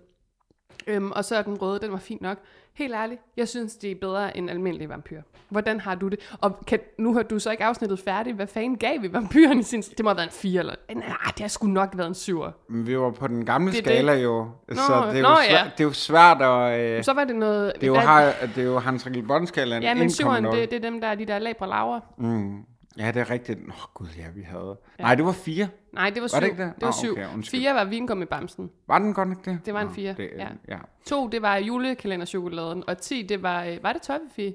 [SPEAKER 1] Øhm, og så er den røde, den var fin nok. Helt ærligt, jeg synes, det er bedre end almindelige vampyr. Hvordan har du det? Og kan, nu har du så ikke afsnittet færdigt. Hvad fanden gav vi vampyren i sin... Det må have været en 4 eller... Nej, det har sgu nok været en 7'er.
[SPEAKER 2] Men vi var på den gamle
[SPEAKER 1] Det er
[SPEAKER 2] skala jo, så det er jo,
[SPEAKER 1] nå
[SPEAKER 2] svært,
[SPEAKER 1] ja.
[SPEAKER 2] det er jo svært at... Øh,
[SPEAKER 1] Så var det noget...
[SPEAKER 2] det, er jo,
[SPEAKER 1] hvad-
[SPEAKER 2] har, det er jo Hans Rikkel Bond-skalaen
[SPEAKER 1] Ja, men 7'eren,
[SPEAKER 2] 1,0.
[SPEAKER 1] det, det, er dem der, de der labre laver.
[SPEAKER 2] Mm. Ja, det er rigtigt. Åh, oh, gud, ja, vi havde... Ja. Nej, det var fire.
[SPEAKER 1] Nej, det var 7.
[SPEAKER 2] Var det ikke det?
[SPEAKER 1] det var
[SPEAKER 2] Nå,
[SPEAKER 1] 7.
[SPEAKER 2] okay, undskyld.
[SPEAKER 1] 4 var vingummibamsen.
[SPEAKER 2] Var den godt nok det?
[SPEAKER 1] Det var en
[SPEAKER 2] Nå,
[SPEAKER 1] fire,
[SPEAKER 2] Det,
[SPEAKER 1] ja.
[SPEAKER 2] ja.
[SPEAKER 1] 2, det var julekalenderchokoladen. Og 10, det var... øh, Var det
[SPEAKER 2] Ah.
[SPEAKER 1] toffefi?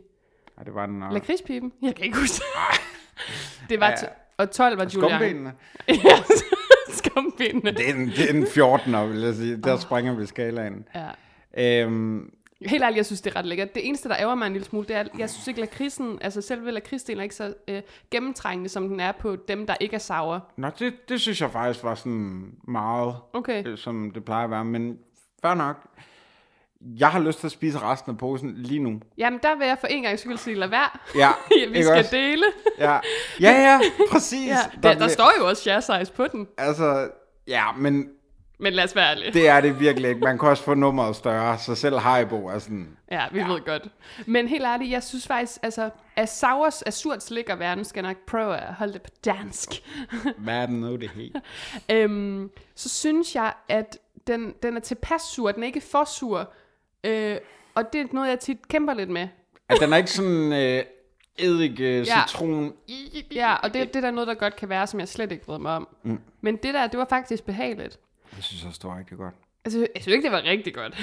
[SPEAKER 2] ja, det var den nok.
[SPEAKER 1] Lakridspiben? Jeg kan ikke huske det. det var... t- og 12 var Julian.
[SPEAKER 2] Skumbenene.
[SPEAKER 1] Ja, Skumbenene.
[SPEAKER 2] Det er en, det er en 14'er, vil jeg sige. Der oh. springer vi skalaen.
[SPEAKER 1] Ja.
[SPEAKER 2] Øhm,
[SPEAKER 1] Helt ærligt, jeg synes, det er ret lækkert. Det eneste, der ærger mig en lille smule, det er, at jeg synes ikke, lakridsen, altså selve lakridsdelen er ikke så øh, gennemtrængende, som den er på dem, der ikke er sour.
[SPEAKER 2] nå, det, det synes jeg faktisk var sådan meget,
[SPEAKER 1] Okay.
[SPEAKER 2] øh, som det plejer at være. Men fair nok. Jeg har lyst til at spise resten af posen lige nu.
[SPEAKER 1] Jamen, der vil jeg for en gang skyld sige, lad være.
[SPEAKER 2] Ja,
[SPEAKER 1] Vi
[SPEAKER 2] ikke
[SPEAKER 1] skal
[SPEAKER 2] også?
[SPEAKER 1] dele.
[SPEAKER 2] Ja, ja, ja præcis.
[SPEAKER 1] Ja, der, der
[SPEAKER 2] blev-
[SPEAKER 1] står jo også share size på den.
[SPEAKER 2] Altså, ja, men
[SPEAKER 1] Men lad os være ærlige.
[SPEAKER 2] det er det virkelig ikke. Man kan også få nummeret større, så selv Haribo er sådan...
[SPEAKER 1] Ja, vi ja. ved godt. Men helt ærligt, jeg synes faktisk, altså, at sours, at surt slik og verden skal jeg nok prøve at holde det på dansk.
[SPEAKER 2] Hvad er det nu, det helt?
[SPEAKER 1] øhm, så synes jeg, at den, den er tilpas sur, den er ikke for sur. Øh, og det er noget, jeg tit kæmper lidt med.
[SPEAKER 2] At den er ikke sådan øh, eddike, citron...
[SPEAKER 1] Ja, og det, det er der noget, der godt kan være, som jeg slet ikke ved mig om. Mm. Men det der, det var faktisk behageligt.
[SPEAKER 2] Jeg synes også, det var rigtig godt.
[SPEAKER 1] Altså, jeg synes ikke, det var rigtig godt.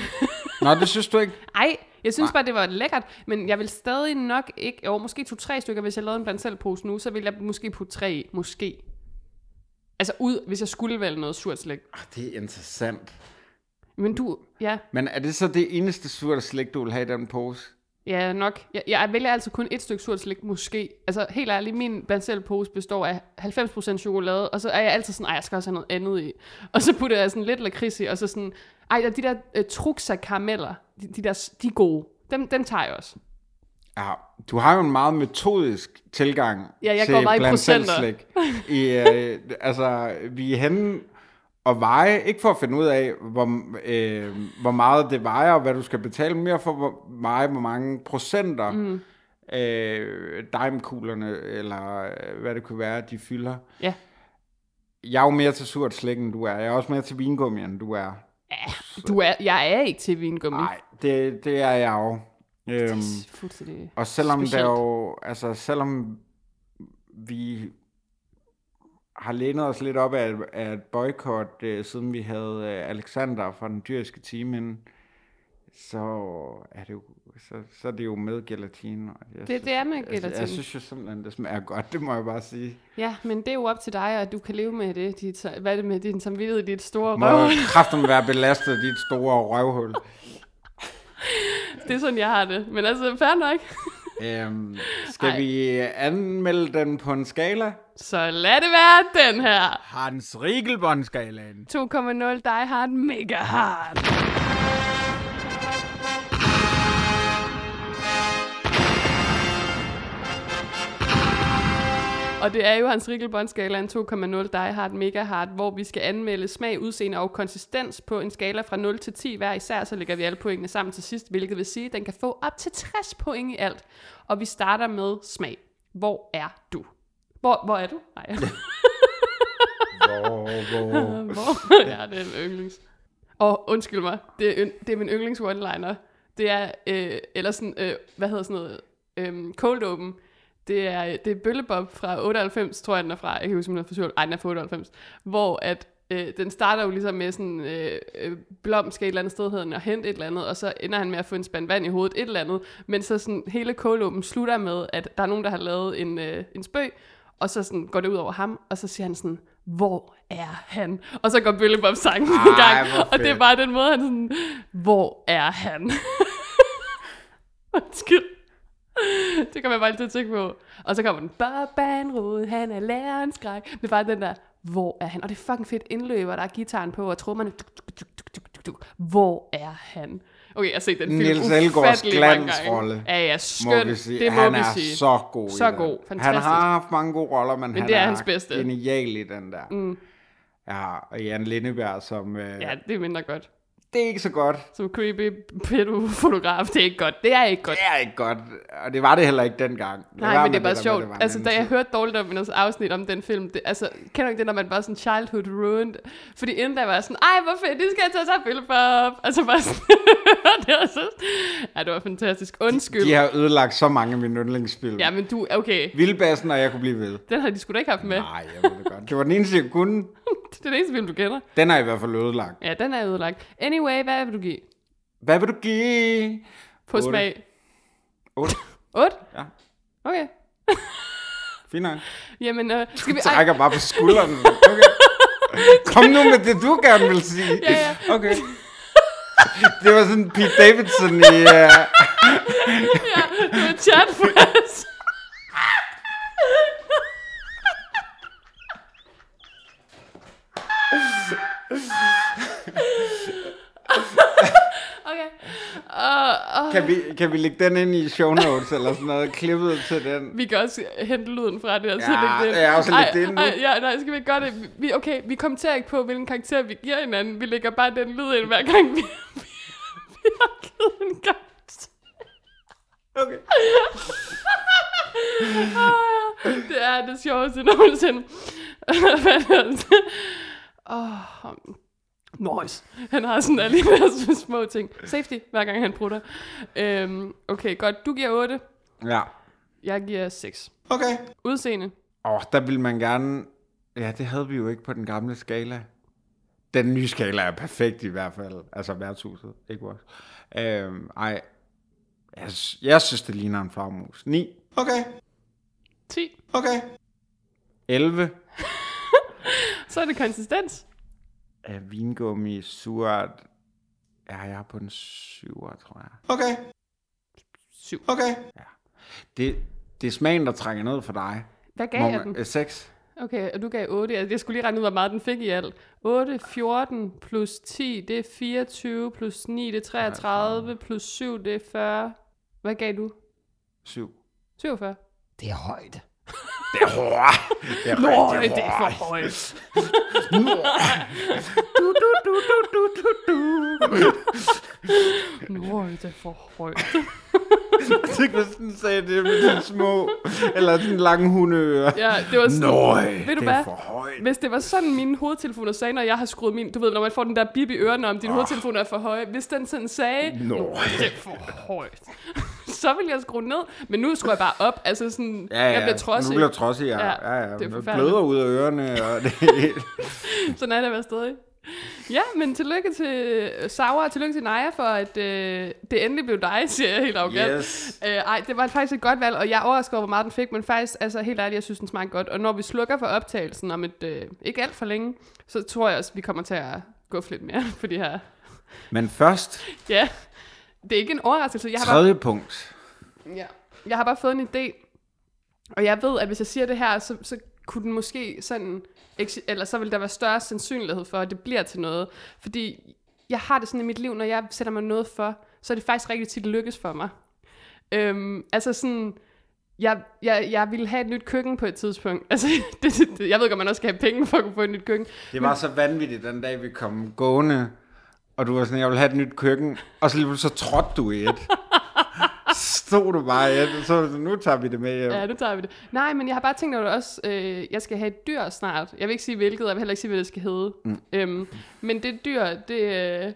[SPEAKER 2] Nå, det synes du ikke?
[SPEAKER 1] Ej, jeg synes bare, det var lækkert, men jeg vil stadig nok ikke, jo, måske to-tre stykker, hvis jeg lavede en blandt selv pose nu, så ville jeg måske putte tre i, måske. Altså ud, hvis jeg skulle vælge noget surt slik.
[SPEAKER 2] Arh, det er interessant.
[SPEAKER 1] Men du, ja,
[SPEAKER 2] Men er det så det eneste surte slik, du vil have i den pose?
[SPEAKER 1] ja nok. Jeg, jeg vælger altså kun et stykke surt slik, måske. Altså helt ærligt, min blandt selv pose består af 90% chokolade, og så er jeg altid sådan, ej, jeg skal også have noget andet i. Og så putter jeg sådan lidt lakrids i, og så sådan, ej, og de der øh, truksa karameller, de, de, der, de er gode. Dem, dem tager jeg også.
[SPEAKER 2] Ja, du har jo en meget metodisk tilgang
[SPEAKER 1] Ja, jeg
[SPEAKER 2] til
[SPEAKER 1] går meget i
[SPEAKER 2] blandt selv
[SPEAKER 1] procenter.
[SPEAKER 2] slik. I, øh, altså, vi er henne og veje, ikke for at finde ud af, hvor, øh, hvor meget det vejer, og hvad du skal betale, men mere for hvor meget, hvor mange procenter mm. øh, dimekuglerne, eller øh, hvad det kunne være, de fylder.
[SPEAKER 1] Ja.
[SPEAKER 2] Jeg er jo mere til surt slik, end du er. Jeg er også mere til vingummi, end du er.
[SPEAKER 1] Du er, jeg er ikke til vingummi.
[SPEAKER 2] Nej, det, det er jeg jo. Øhm,
[SPEAKER 1] Fuldstændig.
[SPEAKER 2] og selvom der
[SPEAKER 1] specielt.
[SPEAKER 2] jo, altså selvom vi har lænet os lidt op af, af et boykot, øh, siden vi havde øh, Alexander fra den dyriske time inden, så er det jo, så, så er det jo med gelatine. og Jeg
[SPEAKER 1] Det- det er med
[SPEAKER 2] Jeg, jeg,
[SPEAKER 1] gelatine.
[SPEAKER 2] jeg synes jo simpelthen, det smager godt, det må jeg bare sige.
[SPEAKER 1] Ja, men det er jo op til dig, og du kan leve med det. Dit, hvad er det med din samvittighed, dit store
[SPEAKER 2] Må
[SPEAKER 1] røv?
[SPEAKER 2] kraften være belastet af dit store røvhul.
[SPEAKER 1] Det er sådan, jeg har det. Men altså, fair nok.
[SPEAKER 2] øhm, skal
[SPEAKER 1] Ej.
[SPEAKER 2] Ej. vi øh, anmelde den på en skala?
[SPEAKER 1] Så lad det være den her.
[SPEAKER 2] Hans Riegelbåndskalaen.
[SPEAKER 1] 2,0 Die Hard Mega Hard. Og det er jo Hans Rikkelbåndskala en 2,0 Die Hard Mega Hard, hvor vi skal anmelde smag, udseende og konsistens på en skala fra 0 til 10 hver især, så lægger vi alle pointene sammen til sidst, hvilket vil sige, at den kan få op til 60 point i alt. Og vi starter med smag. Hvor er du? Hvor, hvor er du? Nej.
[SPEAKER 2] Hvor, hvor,
[SPEAKER 1] Hvor? ja, det er min yndlings. Og undskyld mig, det er, ynd- det er min yndlings one-liner. Det er, øh, eller sådan, øh, hvad hedder sådan noget, øh, cold open. Det er, det er Bøllebob fra 98, tror jeg den er fra. Jeg kan ikke huske, om den er fra 97. Ej, den er fra 98. Hvor at, øh, den starter jo ligesom med sådan, øh, øh, Blom skal et eller andet sted hedder den, og hente et eller andet, og så ender han med at få en spand vand i hovedet, et eller andet. Men så sådan, hele cold open slutter med, at der er nogen, der har lavet en, øh, en spøg, og så sådan, går det ud over ham, og så siger han sådan, hvor er han? Og så går Bøllebop sangen i
[SPEAKER 2] Ej,
[SPEAKER 1] gang,
[SPEAKER 2] hvor
[SPEAKER 1] og det er
[SPEAKER 2] fedt.
[SPEAKER 1] bare den måde, han sådan, hvor er han? Undskyld. det kan man bare altid tænke på. Og så kommer den, Boban Rode, han er lærerens skræk. Det er bare den der, hvor er han? Og det er fucking fedt indløber, der er gitaren på, og trummerne. tuk, tuk, tuk, tuk, tuk, tuk, tuk. Hvor er han? Okay, jeg har set den film
[SPEAKER 2] Niels Elgaards
[SPEAKER 1] ufattelig mange gange.
[SPEAKER 2] glansrolle,
[SPEAKER 1] Ja, ja,
[SPEAKER 2] må
[SPEAKER 1] skøn.
[SPEAKER 2] vi sige.
[SPEAKER 1] Det må
[SPEAKER 2] han
[SPEAKER 1] vi
[SPEAKER 2] er
[SPEAKER 1] sige.
[SPEAKER 2] så god
[SPEAKER 1] Så
[SPEAKER 2] i den.
[SPEAKER 1] god.
[SPEAKER 2] Han
[SPEAKER 1] Fantastisk.
[SPEAKER 2] har haft mange gode roller, men, men han
[SPEAKER 1] det er hans bedste.
[SPEAKER 2] genial i den der. Mm. Ja, og Jan Lindeberg, som... Øh, ja.
[SPEAKER 1] Ja, det er mindre godt.
[SPEAKER 2] Det er ikke så godt.
[SPEAKER 1] Som creepy pedo-fotograf, det er ikke godt. Det er ikke godt.
[SPEAKER 2] Det er ikke godt, og det var det heller ikke dengang. Lad
[SPEAKER 1] Nej,
[SPEAKER 2] være
[SPEAKER 1] men det er
[SPEAKER 2] med
[SPEAKER 1] bare
[SPEAKER 2] der med,
[SPEAKER 1] sjovt.
[SPEAKER 2] det var en
[SPEAKER 1] altså,
[SPEAKER 2] anden
[SPEAKER 1] da jeg
[SPEAKER 2] tid.
[SPEAKER 1] hørte dårligt om hendes afsnit om den film, det, altså, kender du ikke det, når man bare sådan childhood ruined? Fordi inden der var jeg sådan, ej, hvor fedt, det skal jeg tage sig billede op. Altså bare sådan, det var så, ja, det var fantastisk. Undskyld.
[SPEAKER 2] De har ødelagt så mange af mine yndlingsfilm.
[SPEAKER 1] Ja, men du, okay,
[SPEAKER 2] Vildbassen, og jeg kunne blive ved.
[SPEAKER 1] den har de sgu da ikke haft med.
[SPEAKER 2] Nej, jeg ved det godt. Det var den eneste, jeg kunne.
[SPEAKER 1] Det er den eneste film, du kender.
[SPEAKER 2] Den har i hvert fald ødelagt.
[SPEAKER 1] Ja, den er ødelagt. Anyway, hvad vil du give
[SPEAKER 2] Hvad vil du give?
[SPEAKER 1] på
[SPEAKER 2] Otte.
[SPEAKER 1] smag?
[SPEAKER 2] Otte.
[SPEAKER 1] 8?
[SPEAKER 2] Ja.
[SPEAKER 1] Okay.
[SPEAKER 2] Fint nok.
[SPEAKER 1] Jamen, øh, skal vi...
[SPEAKER 2] Du
[SPEAKER 1] Ej,
[SPEAKER 2] trækker bare på skulderen. Okay. Kom nu med det, du gerne vil sige.
[SPEAKER 1] Ja, ja.
[SPEAKER 2] Okay. Det var sådan Pete Davidson i... Uh...
[SPEAKER 1] det var chat for os. Okay. Uh,
[SPEAKER 2] Kan, vi, kan vi lægge den ind i show notes eller sådan noget? Klippet til den.
[SPEAKER 1] Vi kan også hente lyden fra det, og så
[SPEAKER 2] Ja,
[SPEAKER 1] lægge det ind.
[SPEAKER 2] ja, og så lægge det
[SPEAKER 1] Ej,
[SPEAKER 2] ind nu.
[SPEAKER 1] ej, ja, nej, skal vi ikke gøre det? Vi, okay, vi kommenterer ikke på, hvilken karakter vi giver hinanden. Vi lægger bare den lyd ind, hver gang vi, vi, vi har givet en karakter.
[SPEAKER 2] Okay.
[SPEAKER 1] Det er det sjoveste nogensinde. Hvad hedder det? Åh, Noise. Han har sådan alle de der sådan små ting. Safety, hver gang han prutter. Øhm, okay, godt. Du giver 8.
[SPEAKER 2] Ja.
[SPEAKER 1] Jeg giver 6.
[SPEAKER 2] Okay.
[SPEAKER 1] Udseende.
[SPEAKER 2] Åh, oh, der ville man gerne... Ja, det havde vi jo ikke på den gamle skala. Den nye skala er perfekt i hvert fald. Altså værtshuset, ikke vores. Øhm, ej. Jeg, sy- jeg synes, det ligner en flagmus. 9.
[SPEAKER 1] 10.
[SPEAKER 2] 11.
[SPEAKER 1] Så er det konsistens.
[SPEAKER 2] Er vingummi surt? Ja, jeg er på den 7, tror jeg.
[SPEAKER 1] 7.
[SPEAKER 2] Det, det er smagen, der trækker ned for dig.
[SPEAKER 1] Hvad gav jeg den?
[SPEAKER 2] 6.
[SPEAKER 1] Okay, og du gav 8. Jeg jeg skulle lige regne ud, hvor meget den fik i alt. 8, 14 plus 10, det er 24, plus 9, det er 33, plus 7, det er 40. Hvad gav du?
[SPEAKER 2] 7.
[SPEAKER 1] 47.
[SPEAKER 6] Det er højt.
[SPEAKER 2] Det er hårdt. Det er
[SPEAKER 1] Øj,
[SPEAKER 2] rigtig
[SPEAKER 1] det er
[SPEAKER 2] hårdt.
[SPEAKER 1] for højt. Nøj, det er for højt.
[SPEAKER 2] Det kan sådan sagde det med de små, eller sådan lange hundeører.
[SPEAKER 1] Ja, det var sådan,
[SPEAKER 2] Nøj,
[SPEAKER 1] ved du
[SPEAKER 2] det
[SPEAKER 1] hvad?
[SPEAKER 2] er for højt.
[SPEAKER 1] Hvis det var sådan, mine hovedtelefoner sagde, når jeg har skruet min... Du ved, når man får den der bip i ørerne,
[SPEAKER 2] Ah.
[SPEAKER 1] om dine hovedtelefoner er for høje. Hvis den sådan
[SPEAKER 2] Mm.
[SPEAKER 1] sagde,
[SPEAKER 2] Nøj.
[SPEAKER 1] det er for højt, så ville jeg skrue ned. Men nu skruer jeg bare op. Altså sådan,
[SPEAKER 2] Ja, ja.
[SPEAKER 1] jeg bliver
[SPEAKER 2] Nu
[SPEAKER 1] trodsig.
[SPEAKER 2] bliver trodsig, ja.
[SPEAKER 1] Ja,
[SPEAKER 2] ja, ja.
[SPEAKER 1] det er
[SPEAKER 2] Det er
[SPEAKER 1] forfærdeligt.
[SPEAKER 2] bløder ud af ørerne, og det
[SPEAKER 1] Sådan er det at være stadig. Ja, men tillykke til Sauer og tillykke til Naja for, at øh, det endelig blev dig, siger jeg helt arrogant.
[SPEAKER 2] Yes.
[SPEAKER 1] Øh, ej, det var faktisk et godt valg, og jeg er overrasket over, hvor meget den fik, men faktisk, altså helt ærligt, jeg synes, den smagte godt. Og når vi slukker for optagelsen om et, øh, ikke alt for længe, så tror jeg også, vi kommer til at guffe lidt mere på de her.
[SPEAKER 2] Men først,
[SPEAKER 1] Ja, det er ikke en overraskelse. Jeg har bare
[SPEAKER 2] tredje punkt.
[SPEAKER 1] Ja. Jeg har bare fået en idé, og jeg ved, at hvis jeg siger det her, så, så kunne den måske sådan, eksi- eller så vil der være større sandsynlighed for, at det bliver til noget. Fordi jeg har det sådan i mit liv, når jeg sætter mig noget for, så er det faktisk rigtig tit lykkes for mig. Øhm, altså sådan, jeg, jeg, jeg ville have et nyt køkken på et tidspunkt. Altså, det, det, det- jeg ved godt, man også skal have penge for at kunne få et nyt køkken.
[SPEAKER 2] Det var så vanvittigt, den dag vi kom gående, og du var sådan, jeg vil have et nyt køkken, og så lige pludselig så trådte du i et. Stod du bare i et, og så var det sådan, nu tager vi det med hjem.
[SPEAKER 1] Ja, nu tager vi det. Nej, men jeg har bare tænkt over det også. Øh, jeg skal have et dyr snart. Jeg vil ikke sige hvilket, og jeg vil heller ikke sige, hvad det skal hedde. Mm. Øhm, men det dyr, det... Øh,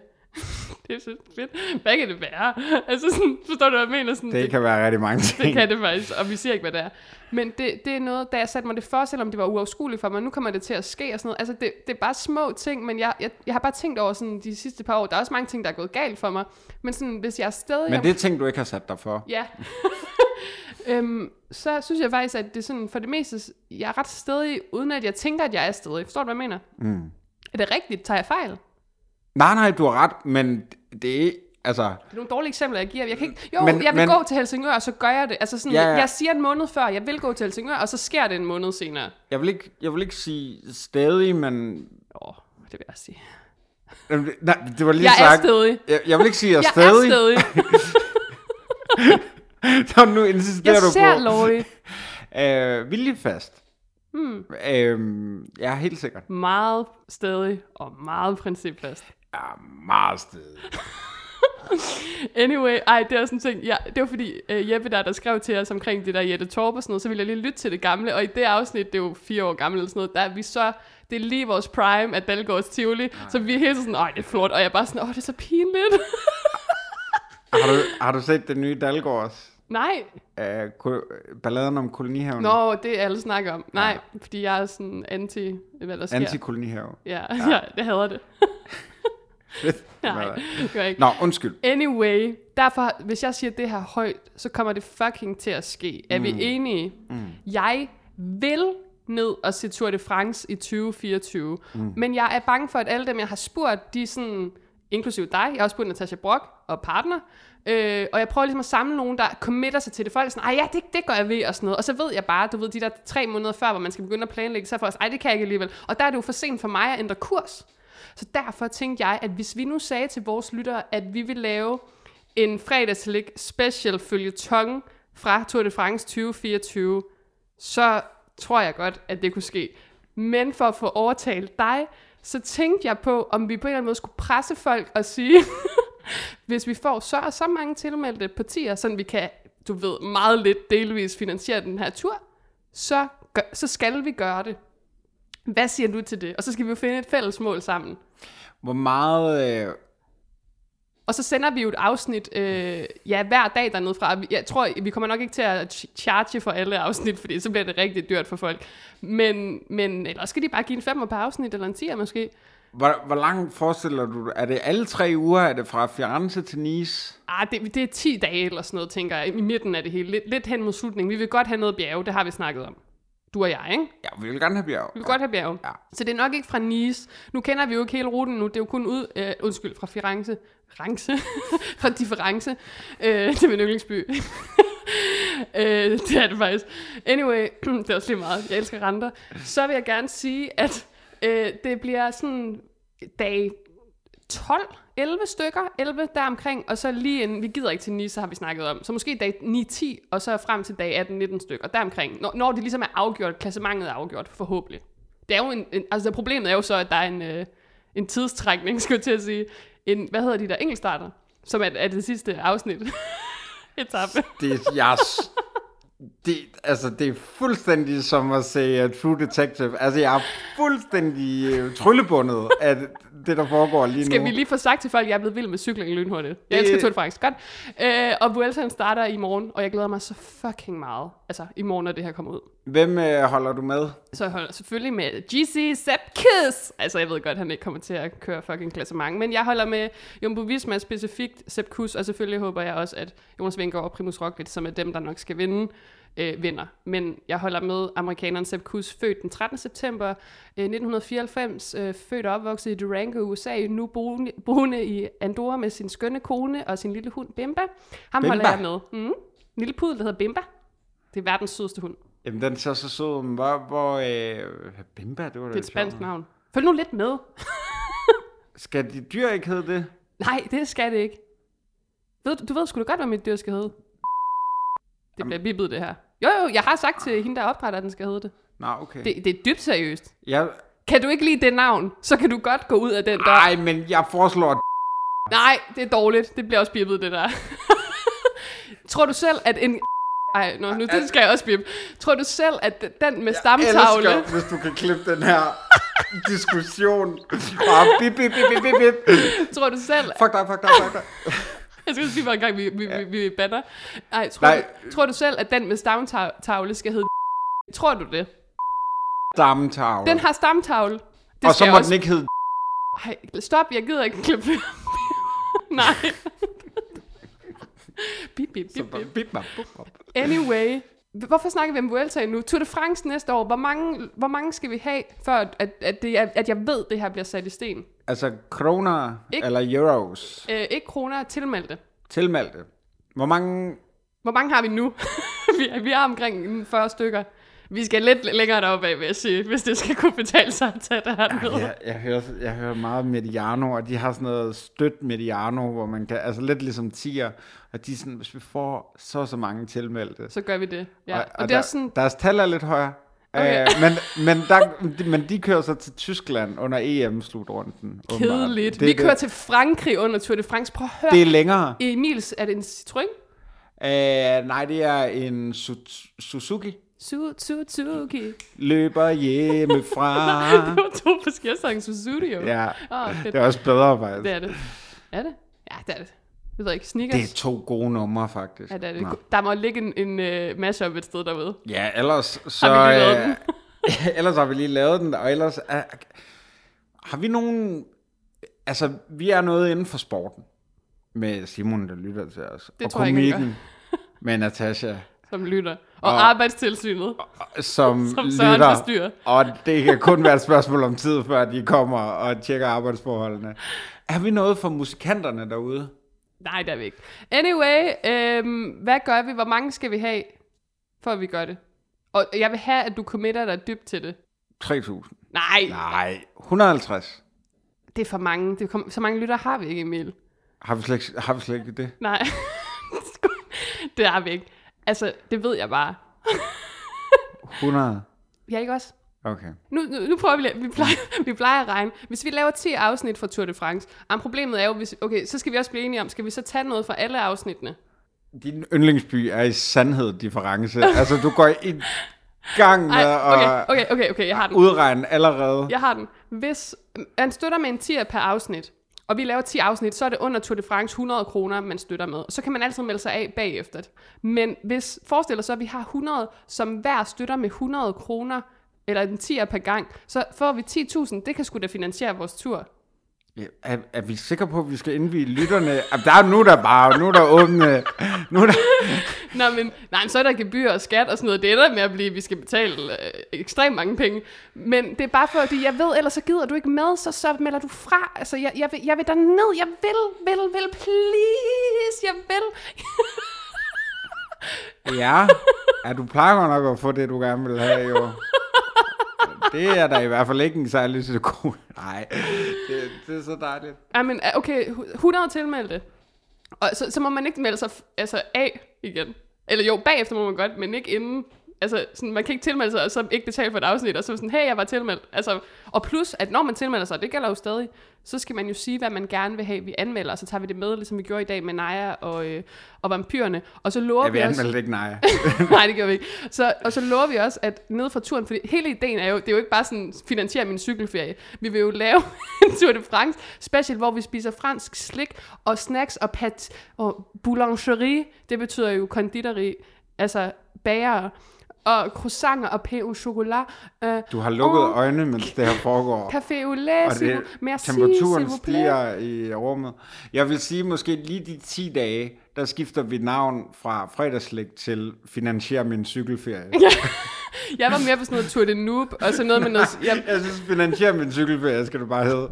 [SPEAKER 1] det er så fedt. Hvad kan det være? Altså sådan, forstår du, hvad jeg mener? Sådan,
[SPEAKER 2] Det kan være rigtig mange ting.
[SPEAKER 1] det kan det faktisk, og vi siger ikke, hvad det er. Men det, det er noget, da jeg satte mig det for, selvom det var uafskueligt for mig, nu kommer det til at ske og sådan noget. Altså, det, det er bare små ting, men jeg, jeg, jeg har bare tænkt over sådan de sidste par år, der er også mange ting, der er gået galt for mig, men sådan, hvis jeg er stadig...
[SPEAKER 2] Men det er ting, du ikke har sat dig for.
[SPEAKER 1] Ja. øhm, så synes jeg faktisk, at det er sådan, for det meste, jeg er ret stedig, uden at jeg tænker, at jeg er stedig. Forstår du, hvad jeg mener? Mm. Er det rigtigt? Tager jeg fejl?
[SPEAKER 2] Nej, nej, du har ret, men det er altså,
[SPEAKER 1] Det er nogle dårlige eksempler, jeg giver. Jeg kan ikke, jo, men,
[SPEAKER 2] Men-
[SPEAKER 1] jeg vil men,
[SPEAKER 2] men-
[SPEAKER 1] gå til Helsingør, og så gør jeg det. Altså sådan,
[SPEAKER 2] Ja,
[SPEAKER 1] ja, ja.
[SPEAKER 2] ja.
[SPEAKER 1] jeg siger en måned før, jeg vil gå til Helsingør, og så sker det en måned senere.
[SPEAKER 2] jeg vil ikke, jeg vil ikke sige stadig, men...
[SPEAKER 1] Åh, det vil jeg sige.
[SPEAKER 2] Jamen, Nej, det var lige
[SPEAKER 1] Jeg er
[SPEAKER 2] sagt.
[SPEAKER 1] stedig.
[SPEAKER 2] Jeg, jeg vil ikke sige, at jeg,
[SPEAKER 1] Jeg
[SPEAKER 2] er stadig.
[SPEAKER 1] er stedig.
[SPEAKER 2] Nå, nu insisterer
[SPEAKER 1] Jeg
[SPEAKER 2] du
[SPEAKER 1] ser
[SPEAKER 2] på.
[SPEAKER 1] Lorry
[SPEAKER 2] Øh, viljefast. Hmm. Øh, jeg er helt sikkert
[SPEAKER 1] meget stedig og meget principfast.
[SPEAKER 2] meget sted.
[SPEAKER 1] Anyway, ej, det er sådan en ting. Ja, det var fordi uh, Jeppe der, der skrev til os omkring det der Jette Torp og sådan noget, så ville jeg lige lytte til det gamle, og i det afsnit, det er jo fire år gammelt eller sådan noget, der er vi så, det er lige vores prime af Dalgårds Tivoli, så vi er helt sådan, ej, det er flot, og jeg er bare sådan, åh, det er så pinligt.
[SPEAKER 2] Har du, har du set den nye Dalgårds?
[SPEAKER 1] Nej,
[SPEAKER 2] Øh, ko- balladen om kolonihaven.
[SPEAKER 1] nå, det er alle snakker om. Nej, fordi jeg er sådan anti, hvad der sker.
[SPEAKER 2] Antikolonihaven.
[SPEAKER 1] Ja, ja, jeg hader det. Nej, det gør jeg ikke.
[SPEAKER 2] Nå, undskyld.
[SPEAKER 1] Anyway, derfor, hvis jeg siger det her højt, så kommer det fucking til at ske. Er mm. vi enige? Mm. Jeg vil ned og se Tour de France i 2024. Mm. Men jeg er bange for, at alle dem, jeg har spurgt, de er sådan, inklusive dig, jeg har også spurgt Natasha Brock og partner, øh, og jeg prøver ligesom at samle nogen, der committer sig til det. Folk er sådan, ej ja, det, det gør jeg ved, og sådan noget. Og så ved jeg bare, du ved, de der tre måneder før, hvor man skal begynde at planlægge, så er folk, ej, det kan jeg ikke alligevel. Og der er det jo for sent for mig at ændre kurs. Så derfor tænkte jeg, at hvis vi nu sagde til vores lyttere, at vi vil lave en fredagslik special følge tongue fra Tour de France 2024, så tror jeg godt, at det kunne ske. Men for at få overtalt dig, så tænkte jeg på, om vi på en eller anden måde skulle presse folk og sige, hvis vi får så og så mange tilmeldte partier, sådan vi kan, du ved, meget lidt delvis finansiere den her tur, så, gør, så skal vi gøre det. Hvad siger du til det? Og så skal vi jo finde et fælles mål sammen.
[SPEAKER 2] Hvor meget... Øh,
[SPEAKER 1] Og så sender vi jo et afsnit øh, ja, hver dag dernede fra. Vi- Jeg tror, vi kommer nok ikke til at ch- charge for alle afsnit, fordi så bliver det rigtig dyrt for folk. Men, men ellers skal de bare give en femmer per afsnit, eller en tier måske.
[SPEAKER 2] hvor, hvor langt forestiller du dig? Er det alle tre uger? Er det fra Firenze til Nice?
[SPEAKER 1] Ah, det, det er 10 dage eller sådan noget, tænker jeg, i midten af det hele. Lidt, lidt hen mod slutningen. Vi vil godt have noget bjerge, det har vi snakket om. Du og jeg, ikke?
[SPEAKER 2] Ja, vi vil gerne have bjerg.
[SPEAKER 1] Vi vil godt have bjerge.
[SPEAKER 2] Ja.
[SPEAKER 1] Så det er nok ikke fra Nice. Nu kender vi jo ikke hele ruten nu. Det er jo kun ud... Øh, undskyld, fra Firenze. Rance. fra Difference. Øh, det er min yndlingsby. øh, det er det faktisk. Anyway, det er også lige meget. Jeg elsker renter. Så vil jeg gerne sige, at øh, det bliver sådan dag 12, 11 stykker, 11 deromkring, og så lige en, vi gider ikke til Nice, har vi snakket om, så måske dag 9-10, og så frem til dag 18-19 stykker, deromkring, når, når det ligesom er afgjort, klassementet er afgjort, forhåbentlig. Det er jo en, en altså problemet er jo så, at der er en, øh, en tidstrækning, skulle jeg til at sige, en, hvad hedder de der enkeltstarter, som er, er det sidste afsnit. Etape.
[SPEAKER 2] Det, jeg, s- det, altså, det er fuldstændig som at se uh, True Detective. Altså, jeg er fuldstændig uh, tryllebundet af det- det, der foregår lige
[SPEAKER 1] Skal
[SPEAKER 2] nu.
[SPEAKER 1] vi lige få sagt til folk, at jeg er blevet vild med cykling lynhurtigt? Jeg
[SPEAKER 2] Det-
[SPEAKER 1] elsker Tour de France. Godt. Øh, og Vueltaen starter i morgen, og jeg glæder mig så fucking meget. Altså, i morgen, når det her kommer ud.
[SPEAKER 2] Hvem uh, holder du med?
[SPEAKER 1] Så jeg holder selvfølgelig med GC Sepp Kuss. Altså, jeg ved godt, han ikke kommer til at køre fucking klassement, men jeg holder med Jumbo Visma specifikt, Sepp Kuss, og selvfølgelig håber jeg også, at Jonas Vingegaard og Primus Roglic, som er dem, der nok skal vinde, øh, vinder. Men jeg holder med amerikaneren Sepp Kuss, født den 13. september øh, 1994, øh, født og opvokset i Durango, USA, nu boende, boende i Andorra med sin skønne kone og sin lille hund Bimba. Ham Bimba.
[SPEAKER 2] Bimba?
[SPEAKER 1] holder jeg med. Mm. En Lille pudel, der hedder Bimba. Det er verdens sødeste hund.
[SPEAKER 2] Jamen, den ser så sød ud. men Hvor, hvor uh, Bimba, det
[SPEAKER 1] Det er
[SPEAKER 2] var da
[SPEAKER 1] et
[SPEAKER 2] sjovt.
[SPEAKER 1] spansk navn. Følg nu lidt med.
[SPEAKER 2] Skal de dyr ikke hedde det?
[SPEAKER 1] Nej, det skal det ikke. Ved, du du ved sgu da godt, hvad mit dyr skal hedde. Det bliver bippet, det her. Jo, jo, jeg har sagt til hende, der opdrætter, at den skal hedde det.
[SPEAKER 2] Nå, okay.
[SPEAKER 1] det. Det er dybt seriøst.
[SPEAKER 2] Jeg,
[SPEAKER 1] Kan du ikke lide det navn, så kan du godt gå ud af den dør.
[SPEAKER 2] ej, men jeg foreslår...
[SPEAKER 1] Nej, det er dårligt. Det bliver også bippet, det der. Tror du selv, at en... Ej, nå, nu det skal jeg også bippe. Tror du selv, at den med stamtavle...
[SPEAKER 2] elsker, hvis du kan klippe den her diskussion. Bare bip, bip, bip, bip, bip, bip.
[SPEAKER 1] Tror du selv,
[SPEAKER 2] Fuck dig, fuck dig, fuck dig.
[SPEAKER 1] Jeg skal sige, hvor en gang vi, vi, vi, vi banner. Ej, tror,
[SPEAKER 2] Nej.
[SPEAKER 1] Du, tror du selv, at den med stamtavle skal hedde Tror du det?
[SPEAKER 2] Stamtavle.
[SPEAKER 1] Den har stamtavle. Det
[SPEAKER 2] Og så må
[SPEAKER 1] jeg
[SPEAKER 2] den ikke hedde...
[SPEAKER 1] Ej, stop, jeg gider ikke klippe det. Nej. bip, bip, bip, bip.
[SPEAKER 2] Bip, bap, bup, bap.
[SPEAKER 1] Anyway, Hvorfor snakker vi om Vuelta nu? Tour de France næste år, hvor mange, hvor mange skal vi have, før at, at, at, det, er- at jeg ved, det her bliver sat i sten?
[SPEAKER 2] Altså kroner
[SPEAKER 1] Ikke-
[SPEAKER 2] eller euros
[SPEAKER 1] Øh, ikke kroner er tilmeldte.
[SPEAKER 2] tilmeldte. Hvor mange...
[SPEAKER 1] Hvor mange har vi nu? vi, vi er omkring 40 stykker. Vi skal lidt længere deroppe af, vil jeg sige, hvis det skal kunne betale sig at tage det hernede.
[SPEAKER 2] Jeg, jeg, hører, jeg hører meget Mediano, og de har sådan noget stødt Mediano, hvor man kan... Altså lidt ligesom tier, og de er sådan, hvis vi får så og så mange tilmeldte...
[SPEAKER 1] Så gør vi det. Ja. Og,
[SPEAKER 2] Og, og
[SPEAKER 1] det er
[SPEAKER 2] der,
[SPEAKER 1] også sådan,
[SPEAKER 2] deres tal er lidt højere.
[SPEAKER 1] Okay.
[SPEAKER 2] Okay. Øh, men, men, der, men de kører så til Tyskland under EM-slutrunden. åbenbart.
[SPEAKER 1] kedeligt.
[SPEAKER 2] Det,
[SPEAKER 1] vi kører
[SPEAKER 2] det,
[SPEAKER 1] til Frankrig under Tour de France. Prøv at høre.
[SPEAKER 2] det er længere.
[SPEAKER 1] Emils, er det en Citroën?
[SPEAKER 2] Øh, nej, det er en Su- Suzuki.
[SPEAKER 1] Su- Suzuki.
[SPEAKER 2] Løber hjemmefra.
[SPEAKER 1] Det var to forskellige sange Suzuki. jo.
[SPEAKER 2] Ah. ja,
[SPEAKER 1] Åh, fedt.
[SPEAKER 2] det er også bedre, faktisk.
[SPEAKER 1] Det er det. Er det? Ja, det er det. Jeg ved ikke,
[SPEAKER 2] Det er
[SPEAKER 1] sneakers.
[SPEAKER 2] to gode numre, faktisk.
[SPEAKER 1] Ja, det er
[SPEAKER 2] Nå.
[SPEAKER 1] det. Der må ligge en, en uh, mashup et sted derude.
[SPEAKER 2] Ja, ellers så...
[SPEAKER 1] Har vi lige lavet den?
[SPEAKER 2] øh, ellers har vi lige lavet den, og ellers... Er, har vi nogen... Altså, vi er noget inden for sporten. Med Simon, der lytter til os.
[SPEAKER 1] Det
[SPEAKER 2] og
[SPEAKER 1] tror jeg ikke, han
[SPEAKER 2] komikken med Natasha,
[SPEAKER 1] som lytter. Og, og arbejdstilsynet.
[SPEAKER 2] som,
[SPEAKER 1] Som Søren forstyrrer.
[SPEAKER 2] lytter. Og det kan kun være et spørgsmål om tid, før de kommer og tjekker arbejdsforholdene. Er vi noget for musikanterne derude?
[SPEAKER 1] Nej, det er vi ikke. Anyway, øhm, hvad gør vi? Hvor mange skal vi have, for at vi gør det? Og jeg vil have, at du committer dig dybt til det.
[SPEAKER 2] 3.000.
[SPEAKER 1] Nej, Nej.
[SPEAKER 2] Nej, 150.
[SPEAKER 1] det er for mange. Det kom, så mange lytter har vi ikke, Emil.
[SPEAKER 2] Har vi slet, ikke- har vi slet ikke det?
[SPEAKER 1] Nej, det har vi ikke. Altså, det ved jeg bare.
[SPEAKER 2] 100.
[SPEAKER 1] Jeg ikke også?
[SPEAKER 2] Okay.
[SPEAKER 1] Nu, nu, nu prøver vi, lidt. vi plejer, vi plejer at regne. Hvis vi laver 10 afsnit fra Tour de France, ah, men problemet er jo, hvis, okay, så skal vi også blive enige om, skal vi så tage noget fra alle afsnittene?
[SPEAKER 2] Din yndlingsby er i sandhed difference. altså, du går i gang med
[SPEAKER 1] Ej, okay,
[SPEAKER 2] at
[SPEAKER 1] okay, okay, okay, jeg har den.
[SPEAKER 2] udregne allerede.
[SPEAKER 1] Jeg har den. Hvis man støtter med en 10'er per afsnit, og vi laver 10 afsnit, så er det under Tour de France 100 kroner, man støtter med. Så kan man altid melde sig af bagefter. Men hvis forestiller så, at vi har 100, som hver støtter med 100 kroner, eller en 10'er per gang, så får vi 10.000. Det kan sgu da finansiere vores tur.
[SPEAKER 2] Ja. Er, er vi sikre på, at vi skal indvige lytterne? Jamen, der er nu er der bare, nu er der åbne. Nu er der,
[SPEAKER 1] Nå, men, nej, men så er der gebyr og skat og sådan noget. Det ender med at blive, vi skal betale øh, ekstremt mange penge. Men det er bare fordi, jeg ved, ellers så gider du ikke med, så, så melder du fra. Altså, jeg, jeg, vil, jeg vil derned. Jeg vil, vil, vil, please. Jeg vil.
[SPEAKER 2] ja. ja, du plejer godt nok at få det, du gerne vil have, jo. Det er der i hvert fald ikke en særlig så god. Nej, det, det er så dejligt.
[SPEAKER 1] Ej, men øh, okay, hu- 100 tilmeldte. Og så, så må man ikke melde sig f- altså, af igen. Eller jo, bagefter må man godt, men ikke inden. Altså, sådan, man kan ikke tilmelde sig, og så ikke betale for et afsnit, og så sådan, hey, jeg var tilmeldt. Altså, og plus, at når man tilmelder sig, og det gælder jo stadig, så skal man jo sige, hvad man gerne vil have, vi anmelder, og så tager vi det med, ligesom vi gjorde i dag med Naja og, øh, og vampyrerne. Og så lover
[SPEAKER 2] Ja,
[SPEAKER 1] vi,
[SPEAKER 2] vi
[SPEAKER 1] også...
[SPEAKER 2] anmeldte ikke nej.
[SPEAKER 1] Nej, det gjorde vi ikke. Så, og så lover vi også, at nede fra turen, fordi hele ideen er jo, det er jo ikke bare sådan, finansiere min cykelferie. Vi vil jo lave en Tour de France special, hvor vi spiser fransk slik og snacks og pat og boulangerie. Det betyder jo konditori, altså bager og croissanter og pain au chocolat. Øh,
[SPEAKER 2] Du har lukket
[SPEAKER 1] Åh.
[SPEAKER 2] øjnene, mens det her foregår.
[SPEAKER 1] Café au lait,
[SPEAKER 2] Og
[SPEAKER 1] s'il
[SPEAKER 2] det,
[SPEAKER 1] vous- merci, s'il
[SPEAKER 2] temperaturen
[SPEAKER 1] vous plaît.
[SPEAKER 2] stiger i rummet. Jeg vil sige, måske lige de 10 dage, der skifter vi navn fra fredagslæg til finansier min cykelferie.
[SPEAKER 1] Jeg var mere på sådan noget Tour de Noob, og så noget med noget... Jeg,
[SPEAKER 2] Jeg synes, finansier min cykelferie skal du bare hedde.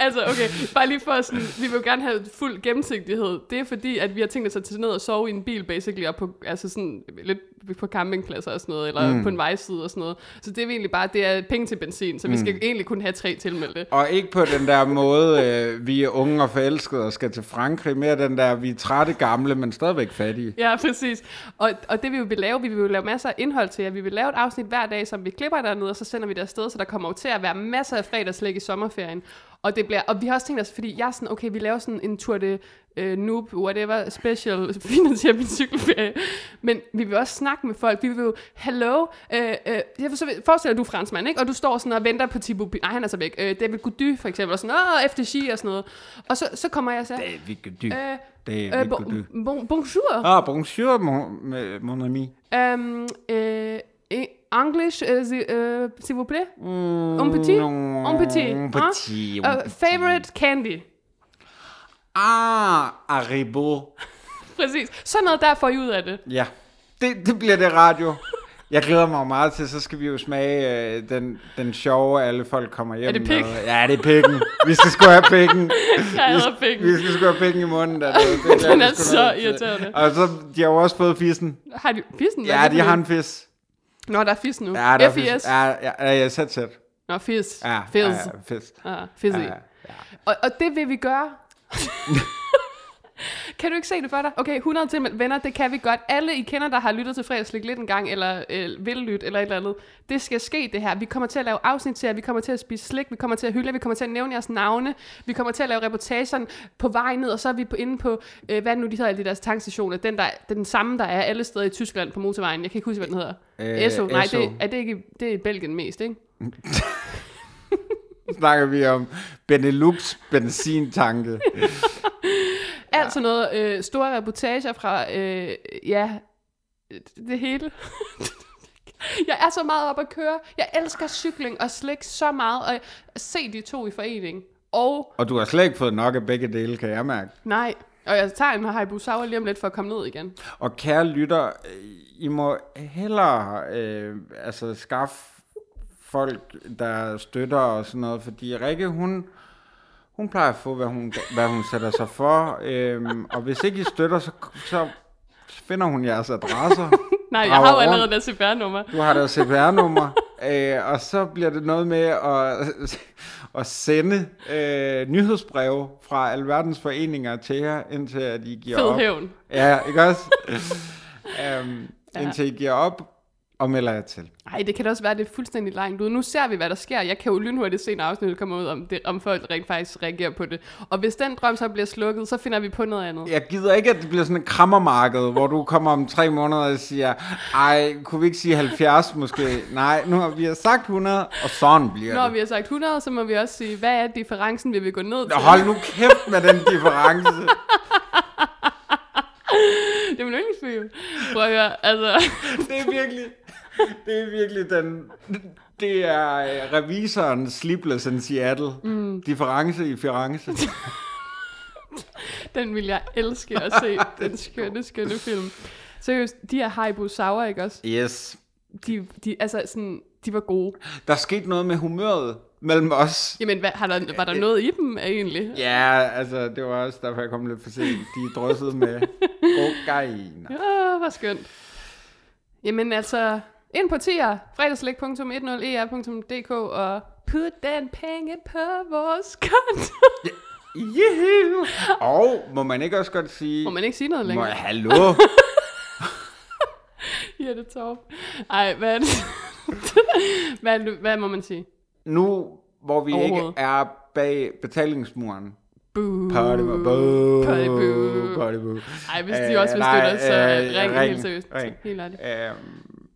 [SPEAKER 1] Altså, okay, bare lige for sådan, vi vil jo gerne have fuld gennemsigtighed. Det er fordi, at vi har tænkt os at tage ned og sove i en bil, basically, og på, altså sådan, lidt på campingpladser og sådan noget, eller mm. på en vejside og sådan noget. Så det er vi egentlig bare, det er penge til benzin, så vi skal egentlig kun have tre tilmeldte.
[SPEAKER 2] Og ikke på den der måde, øh, vi er unge og forelskede og skal til Frankrig. Mere den der, vi er trætte gamle, men stadigvæk fattige.
[SPEAKER 1] Ja, præcis. Og, og det vi jo vil lave, vi vil jo lave masser af indhold til jer. Vi vil lave et afsnit hver dag, som vi klipper dernede, og så sender vi det afsted, så der kommer jo til at være masser af fredagslæg i sommerferien. Og, det bliver, og vi har også tænkt os, fordi jeg er sådan, okay, vi laver sådan en tur de uh, noob, whatever, special, finansierer min cykelferie. Men vi vil også snakke med folk. Vi vil jo, hello, øh, øh, jeg forstår- forestiller dig, du er franskmand, ikke? Og du står sådan og venter på Thibaut, Pinot. nej, han er så væk, øh, David Gody for eksempel, og sådan, åh, FDG og sådan noget. Og så, så kommer jeg og siger,
[SPEAKER 2] Det er virkelig dyrt.
[SPEAKER 1] øh,
[SPEAKER 2] Det er
[SPEAKER 1] øh,
[SPEAKER 2] virkelig dyrt.
[SPEAKER 1] bon, bon, bonjour.
[SPEAKER 2] Ah, bonjour, mon, me- mon ami.
[SPEAKER 1] Um, øh, eh, English, øh, si- øh, s'il vous plaît.
[SPEAKER 2] Mm,
[SPEAKER 1] Un petit?
[SPEAKER 2] non,
[SPEAKER 1] Un petit,
[SPEAKER 2] Un
[SPEAKER 1] ah?
[SPEAKER 2] petit. un
[SPEAKER 1] Uh,
[SPEAKER 2] petit.
[SPEAKER 1] favorite candy.
[SPEAKER 2] Ah, Haribo.
[SPEAKER 1] Præcis. Sådan noget der får I ud af det.
[SPEAKER 2] Ja. det, det bliver det radio. Jeg glæder mig jo meget til, så skal vi jo smage øh, den, den sjove, alle folk kommer hjem
[SPEAKER 1] det pik?
[SPEAKER 2] med. Ja, det er pikken. Vi skal sgu have pikken.
[SPEAKER 1] Jeg hader
[SPEAKER 2] Vi-
[SPEAKER 1] pikken.
[SPEAKER 2] Vi skal sgu have pikken i munden. Der, der, der,
[SPEAKER 1] Den er
[SPEAKER 2] vi sgu
[SPEAKER 1] så
[SPEAKER 2] nødt til.
[SPEAKER 1] irriterende.
[SPEAKER 2] Og så, de har jo også fået fissen.
[SPEAKER 1] Har de fissen? Hvad er
[SPEAKER 2] Ja,
[SPEAKER 1] det
[SPEAKER 2] de
[SPEAKER 1] for
[SPEAKER 2] har
[SPEAKER 1] en?
[SPEAKER 2] en fis.
[SPEAKER 1] Nå, der er fis nu.
[SPEAKER 2] Ja, der er
[SPEAKER 1] FIS.
[SPEAKER 2] fis. Ja, ja, ja, ja, sæt, sæt.
[SPEAKER 1] Nå, fis.
[SPEAKER 2] Ja,
[SPEAKER 1] fis.
[SPEAKER 2] ja, ja, fis.
[SPEAKER 1] Ah, fis i.
[SPEAKER 2] Ja,
[SPEAKER 1] Og, og det vil vi gøre. kan du ikke se det for dig? Okay, 100 til, men venner, det kan vi godt. Alle I kender, der har lyttet til fredagslik lidt en gang, eller øh, vil lytte, eller et eller andet. Det skal ske, det her. Vi kommer til at lave afsnit til jer, vi kommer til at spise slik, vi kommer til at hylde jer, vi kommer til at nævne jeres navne, vi kommer til at lave reportagerne på vej ned, og så er vi på, inde på, øh, hvad er det nu de hedder, alle de deres tankstationer, den, der, den samme, der er alle steder i Tyskland på motorvejen. Jeg kan ikke huske, hvad den hedder.
[SPEAKER 2] Øh,
[SPEAKER 1] Esso. Nej,
[SPEAKER 2] Esso.
[SPEAKER 1] Det, er det ikke det er i Belgien mest, ikke?
[SPEAKER 2] snakker vi om Benelux benzintanke.
[SPEAKER 1] Alt sådan noget. Øh, store reportager fra, øh, ja, det hele. jeg er så meget op at køre. Jeg elsker cykling og slik så meget. Og se de to i forening. Og
[SPEAKER 2] Og du har slet ikke fået nok af begge dele, kan jeg mærke.
[SPEAKER 1] nej, og jeg tager en Hayabusawa lige om lidt for at komme ned igen.
[SPEAKER 2] Og kære lytter, øh, I må hellere øh, altså skaffe folk, der støtter og sådan noget, fordi Rikke, hun, hun plejer at få, hvad hun, hvad hun sætter sig for, øhm, og hvis ikke I støtter, så, så finder hun jeres adresser.
[SPEAKER 1] Nej, jeg
[SPEAKER 2] drager
[SPEAKER 1] har jo
[SPEAKER 2] rundt.
[SPEAKER 1] allerede deres CPR-nummer.
[SPEAKER 2] Du har deres CPR-nummer, øh, og så bliver det noget med at, at sende øh, nyhedsbreve fra alverdens foreninger til jer, indtil at I giver
[SPEAKER 1] Fed
[SPEAKER 2] op.
[SPEAKER 1] hævn.
[SPEAKER 2] Ja, ikke også? um, indtil I giver op og melder jer til.
[SPEAKER 1] Nej, det kan da også være, at det er fuldstændig langt ud. Nu ser vi, hvad der sker. Jeg kan jo lynhurtigt se, når afsnittet kommer ud, om, det, om folk rent faktisk reagerer på det. Og hvis den drøm så bliver slukket, så finder vi på noget andet.
[SPEAKER 2] Jeg gider ikke, at det bliver sådan et krammermarked, hvor du kommer om tre måneder og siger, ej, kunne vi ikke sige 70 måske? Nej, nu har vi har sagt 100, og sådan bliver
[SPEAKER 1] Når
[SPEAKER 2] det.
[SPEAKER 1] vi har sagt 100, så må vi også sige, hvad er differencen, vi vil gå ned til?
[SPEAKER 2] Nå, Hold nu kæft med den difference.
[SPEAKER 1] Det er min yndlingsfilm. Prøv at høre, altså...
[SPEAKER 2] Det er virkelig, det er virkelig den, det er øh, revisorens Sleepless in Seattle. Mm. Difference i Firenze.
[SPEAKER 1] Den vil jeg elske at se, den skønne, skønne film. Seriøst, de her Haibu Sauer, ikke også?
[SPEAKER 2] Yes.
[SPEAKER 1] De, de, altså sådan, de var gode.
[SPEAKER 2] Der skete noget med humøret mellem os.
[SPEAKER 1] Jamen, hvad, har der, var der noget i dem egentlig?
[SPEAKER 2] Ja, altså, det var også derfor, jeg kom lidt for sent. De dryssede med kokain.
[SPEAKER 1] Åh, hvor skønt. Jamen altså, ind på tier, e fredagslæg.10er.dk og put den penge på vores konto.
[SPEAKER 2] Yeah. Og må man ikke også godt sige...
[SPEAKER 1] Må man ikke sige noget
[SPEAKER 2] Må
[SPEAKER 1] længere?
[SPEAKER 2] jeg, hallo?
[SPEAKER 1] Ja, det er Ej, hvad, er det- hvad, er det- hvad må man sige?
[SPEAKER 2] Nu, hvor vi ikke
[SPEAKER 1] Overhovedet.
[SPEAKER 2] er bag betalingsmuren.
[SPEAKER 1] Boo.
[SPEAKER 2] Party boo. boo.
[SPEAKER 1] Party boo.
[SPEAKER 2] Party boo.
[SPEAKER 1] Ej, hvis de
[SPEAKER 2] Øh,
[SPEAKER 1] også vil
[SPEAKER 2] nej,
[SPEAKER 1] støtte os, så
[SPEAKER 2] øh,
[SPEAKER 1] ring,
[SPEAKER 2] ring,
[SPEAKER 1] helt seriøst.
[SPEAKER 2] ring.
[SPEAKER 1] Helt ærligt.
[SPEAKER 2] Øhm,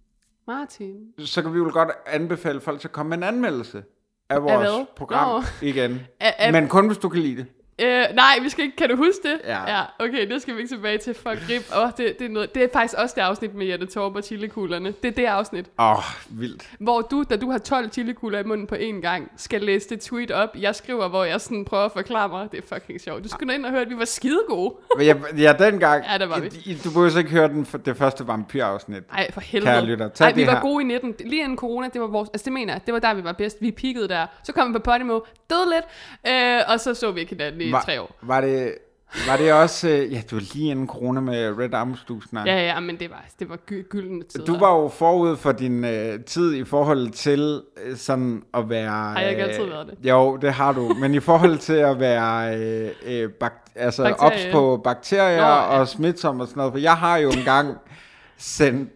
[SPEAKER 1] Martin.
[SPEAKER 2] så kan vi jo godt anbefale folk til at komme med en anmeldelse af vores
[SPEAKER 1] hvad?
[SPEAKER 2] program
[SPEAKER 1] Nå.
[SPEAKER 2] igen.
[SPEAKER 1] Af- af-
[SPEAKER 2] Men kun hvis du kan lide det.
[SPEAKER 1] Øh, nej, vi skal ikke. Kan du huske det?
[SPEAKER 2] Ja.
[SPEAKER 1] ja okay, det skal vi ikke tilbage til. Fuck, grib. Åh, det, det, er noget, det er faktisk også det afsnit med Jette Torp og chilikuglerne. Det er det afsnit,
[SPEAKER 2] Åh, oh, vildt.
[SPEAKER 1] hvor du, da du har 12 chilikugler i munden på én gang, skal læse det tweet op. Jeg skriver, hvor jeg sådan prøver at forklare mig. Det er fucking sjovt. Du skulle nå ind og høre, at vi var skide gode.
[SPEAKER 2] Men jeg, jeg dengang...
[SPEAKER 1] Ja, der var vi.
[SPEAKER 2] I, I, du behøver så ikke høre den, det første vampyrafsnit.
[SPEAKER 1] Ej, for
[SPEAKER 2] Kære
[SPEAKER 1] helvede.
[SPEAKER 2] lytter, tag
[SPEAKER 1] Ej, vi
[SPEAKER 2] det
[SPEAKER 1] var
[SPEAKER 2] her.
[SPEAKER 1] gode i 19. Lige inden corona, det var vores... Altså, det mener jeg. Det var der, vi var bedst. Vi peakede der. Så kom vi på Podimo, døde lidt, øh, og så så vi ikke hinanden i tre år.
[SPEAKER 2] Var det, var det også... øh, Ja, det var lige inden corona med Red Armstug snak.
[SPEAKER 1] Ja, ja, men det var, det var gy- gyldne tider.
[SPEAKER 2] Du var jo forud for din øh, tid i forhold til øh, sådan at være... Har
[SPEAKER 1] jeg ikke altid været det?
[SPEAKER 2] Jo, det har du. Men i forhold til at være øh, øh, bak- altså
[SPEAKER 1] Bakterie.
[SPEAKER 2] ops på bakterier
[SPEAKER 1] Nå, ja.
[SPEAKER 2] Nå, og smitsom og sådan noget. For jeg har jo engang sendt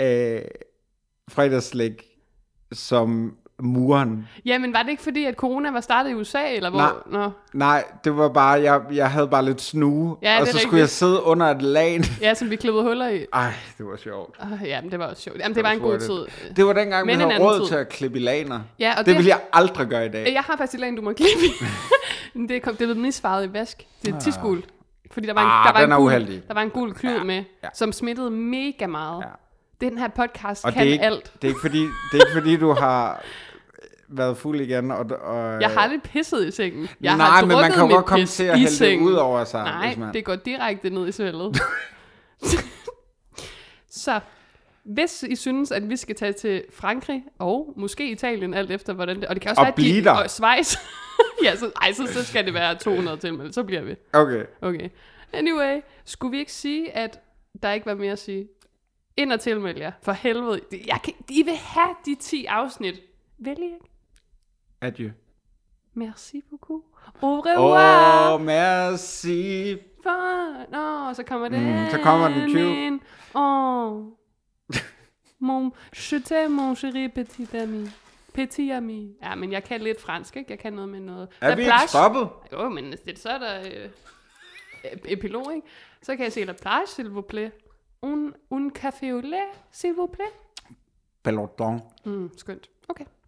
[SPEAKER 2] øh, fredagslæg som muren.
[SPEAKER 1] Jamen, var det ikke fordi, at corona var startet i USA, eller hvor?
[SPEAKER 2] Nej.
[SPEAKER 1] Nå.
[SPEAKER 2] Nej, det var bare, jeg, jeg havde bare lidt snue,
[SPEAKER 1] Ja, det er
[SPEAKER 2] og så
[SPEAKER 1] rigtigt.
[SPEAKER 2] skulle jeg sidde under et lag.
[SPEAKER 1] Ja, som vi klippede huller i.
[SPEAKER 2] Ej, det var sjovt.
[SPEAKER 1] Oh, jamen, det var også sjovt. Jamen, det var en god tid.
[SPEAKER 2] Det var dengang,
[SPEAKER 1] Men
[SPEAKER 2] man
[SPEAKER 1] en
[SPEAKER 2] havde
[SPEAKER 1] anden
[SPEAKER 2] råd
[SPEAKER 1] tid.
[SPEAKER 2] til at klippe i laner.
[SPEAKER 1] Ja, og
[SPEAKER 2] det,
[SPEAKER 1] det-
[SPEAKER 2] det vil jeg aldrig gøre i dag.
[SPEAKER 1] Øh, Jeg har faktisk et lag, du må klippe i. Men det, kom, det er blevet misfarvet i vask. Det er tidsgul. Fordi der var en,
[SPEAKER 2] Ah,
[SPEAKER 1] der var
[SPEAKER 2] den er
[SPEAKER 1] en gul,
[SPEAKER 2] uheldig.
[SPEAKER 1] der var en gul klud med, som smittede mega meget. Ja. Den her podcast
[SPEAKER 2] og
[SPEAKER 1] kan
[SPEAKER 2] det er, ikke,
[SPEAKER 1] alt.
[SPEAKER 2] det, er ikke fordi, det er ikke fordi, du har været fuld igen. Og, øh, og,
[SPEAKER 1] Jeg har lidt pisset i sengen. Jeg
[SPEAKER 2] Nej,
[SPEAKER 1] har
[SPEAKER 2] men man
[SPEAKER 1] drukket
[SPEAKER 2] kan jo
[SPEAKER 1] mit
[SPEAKER 2] godt komme
[SPEAKER 1] pis
[SPEAKER 2] til at
[SPEAKER 1] i
[SPEAKER 2] hælde det
[SPEAKER 1] sengen.
[SPEAKER 2] ud over sig,
[SPEAKER 1] Nej,
[SPEAKER 2] hvis man-
[SPEAKER 1] det går direkte ned i svældet. Så hvis I synes, at vi skal tage til Frankrig og måske Italien, alt efter hvordan det... Og det kan også
[SPEAKER 2] Og
[SPEAKER 1] være, at
[SPEAKER 2] blive
[SPEAKER 1] de,
[SPEAKER 2] der.
[SPEAKER 1] Og Schweiz. ja, så, ej, så, så skal det være 200 tilmeldte, så bliver vi.
[SPEAKER 2] Okay.
[SPEAKER 1] Okay. Anyway, skulle vi ikke sige, at der ikke var mere at sige? Ind og tilmeld jer. For helvede. Det- Jeg kan, I vil have de 10 afsnit. Vælg ikke.
[SPEAKER 2] Adieu.
[SPEAKER 1] Merci beaucoup. Au revoir.
[SPEAKER 2] Oh, merci.
[SPEAKER 1] For... Nå, så kommer den.
[SPEAKER 2] Mm, så kommer den cue.
[SPEAKER 1] ind. Åh. Mon, je t'aime, mon chéri petit ami. Petit ami. Ja, men jeg kan lidt fransk, ikke? Jeg kan noget med noget.
[SPEAKER 2] Er
[SPEAKER 1] La
[SPEAKER 2] vi
[SPEAKER 1] plage.
[SPEAKER 2] ikke stoppet?
[SPEAKER 1] Jo, men det, så er der øh, epilog, ikke? Så kan jeg se, la plage, s'il vous plaît. Un, un café au lait, s'il vous plaît.
[SPEAKER 2] Pardon.
[SPEAKER 1] Mm, skønt. Okay.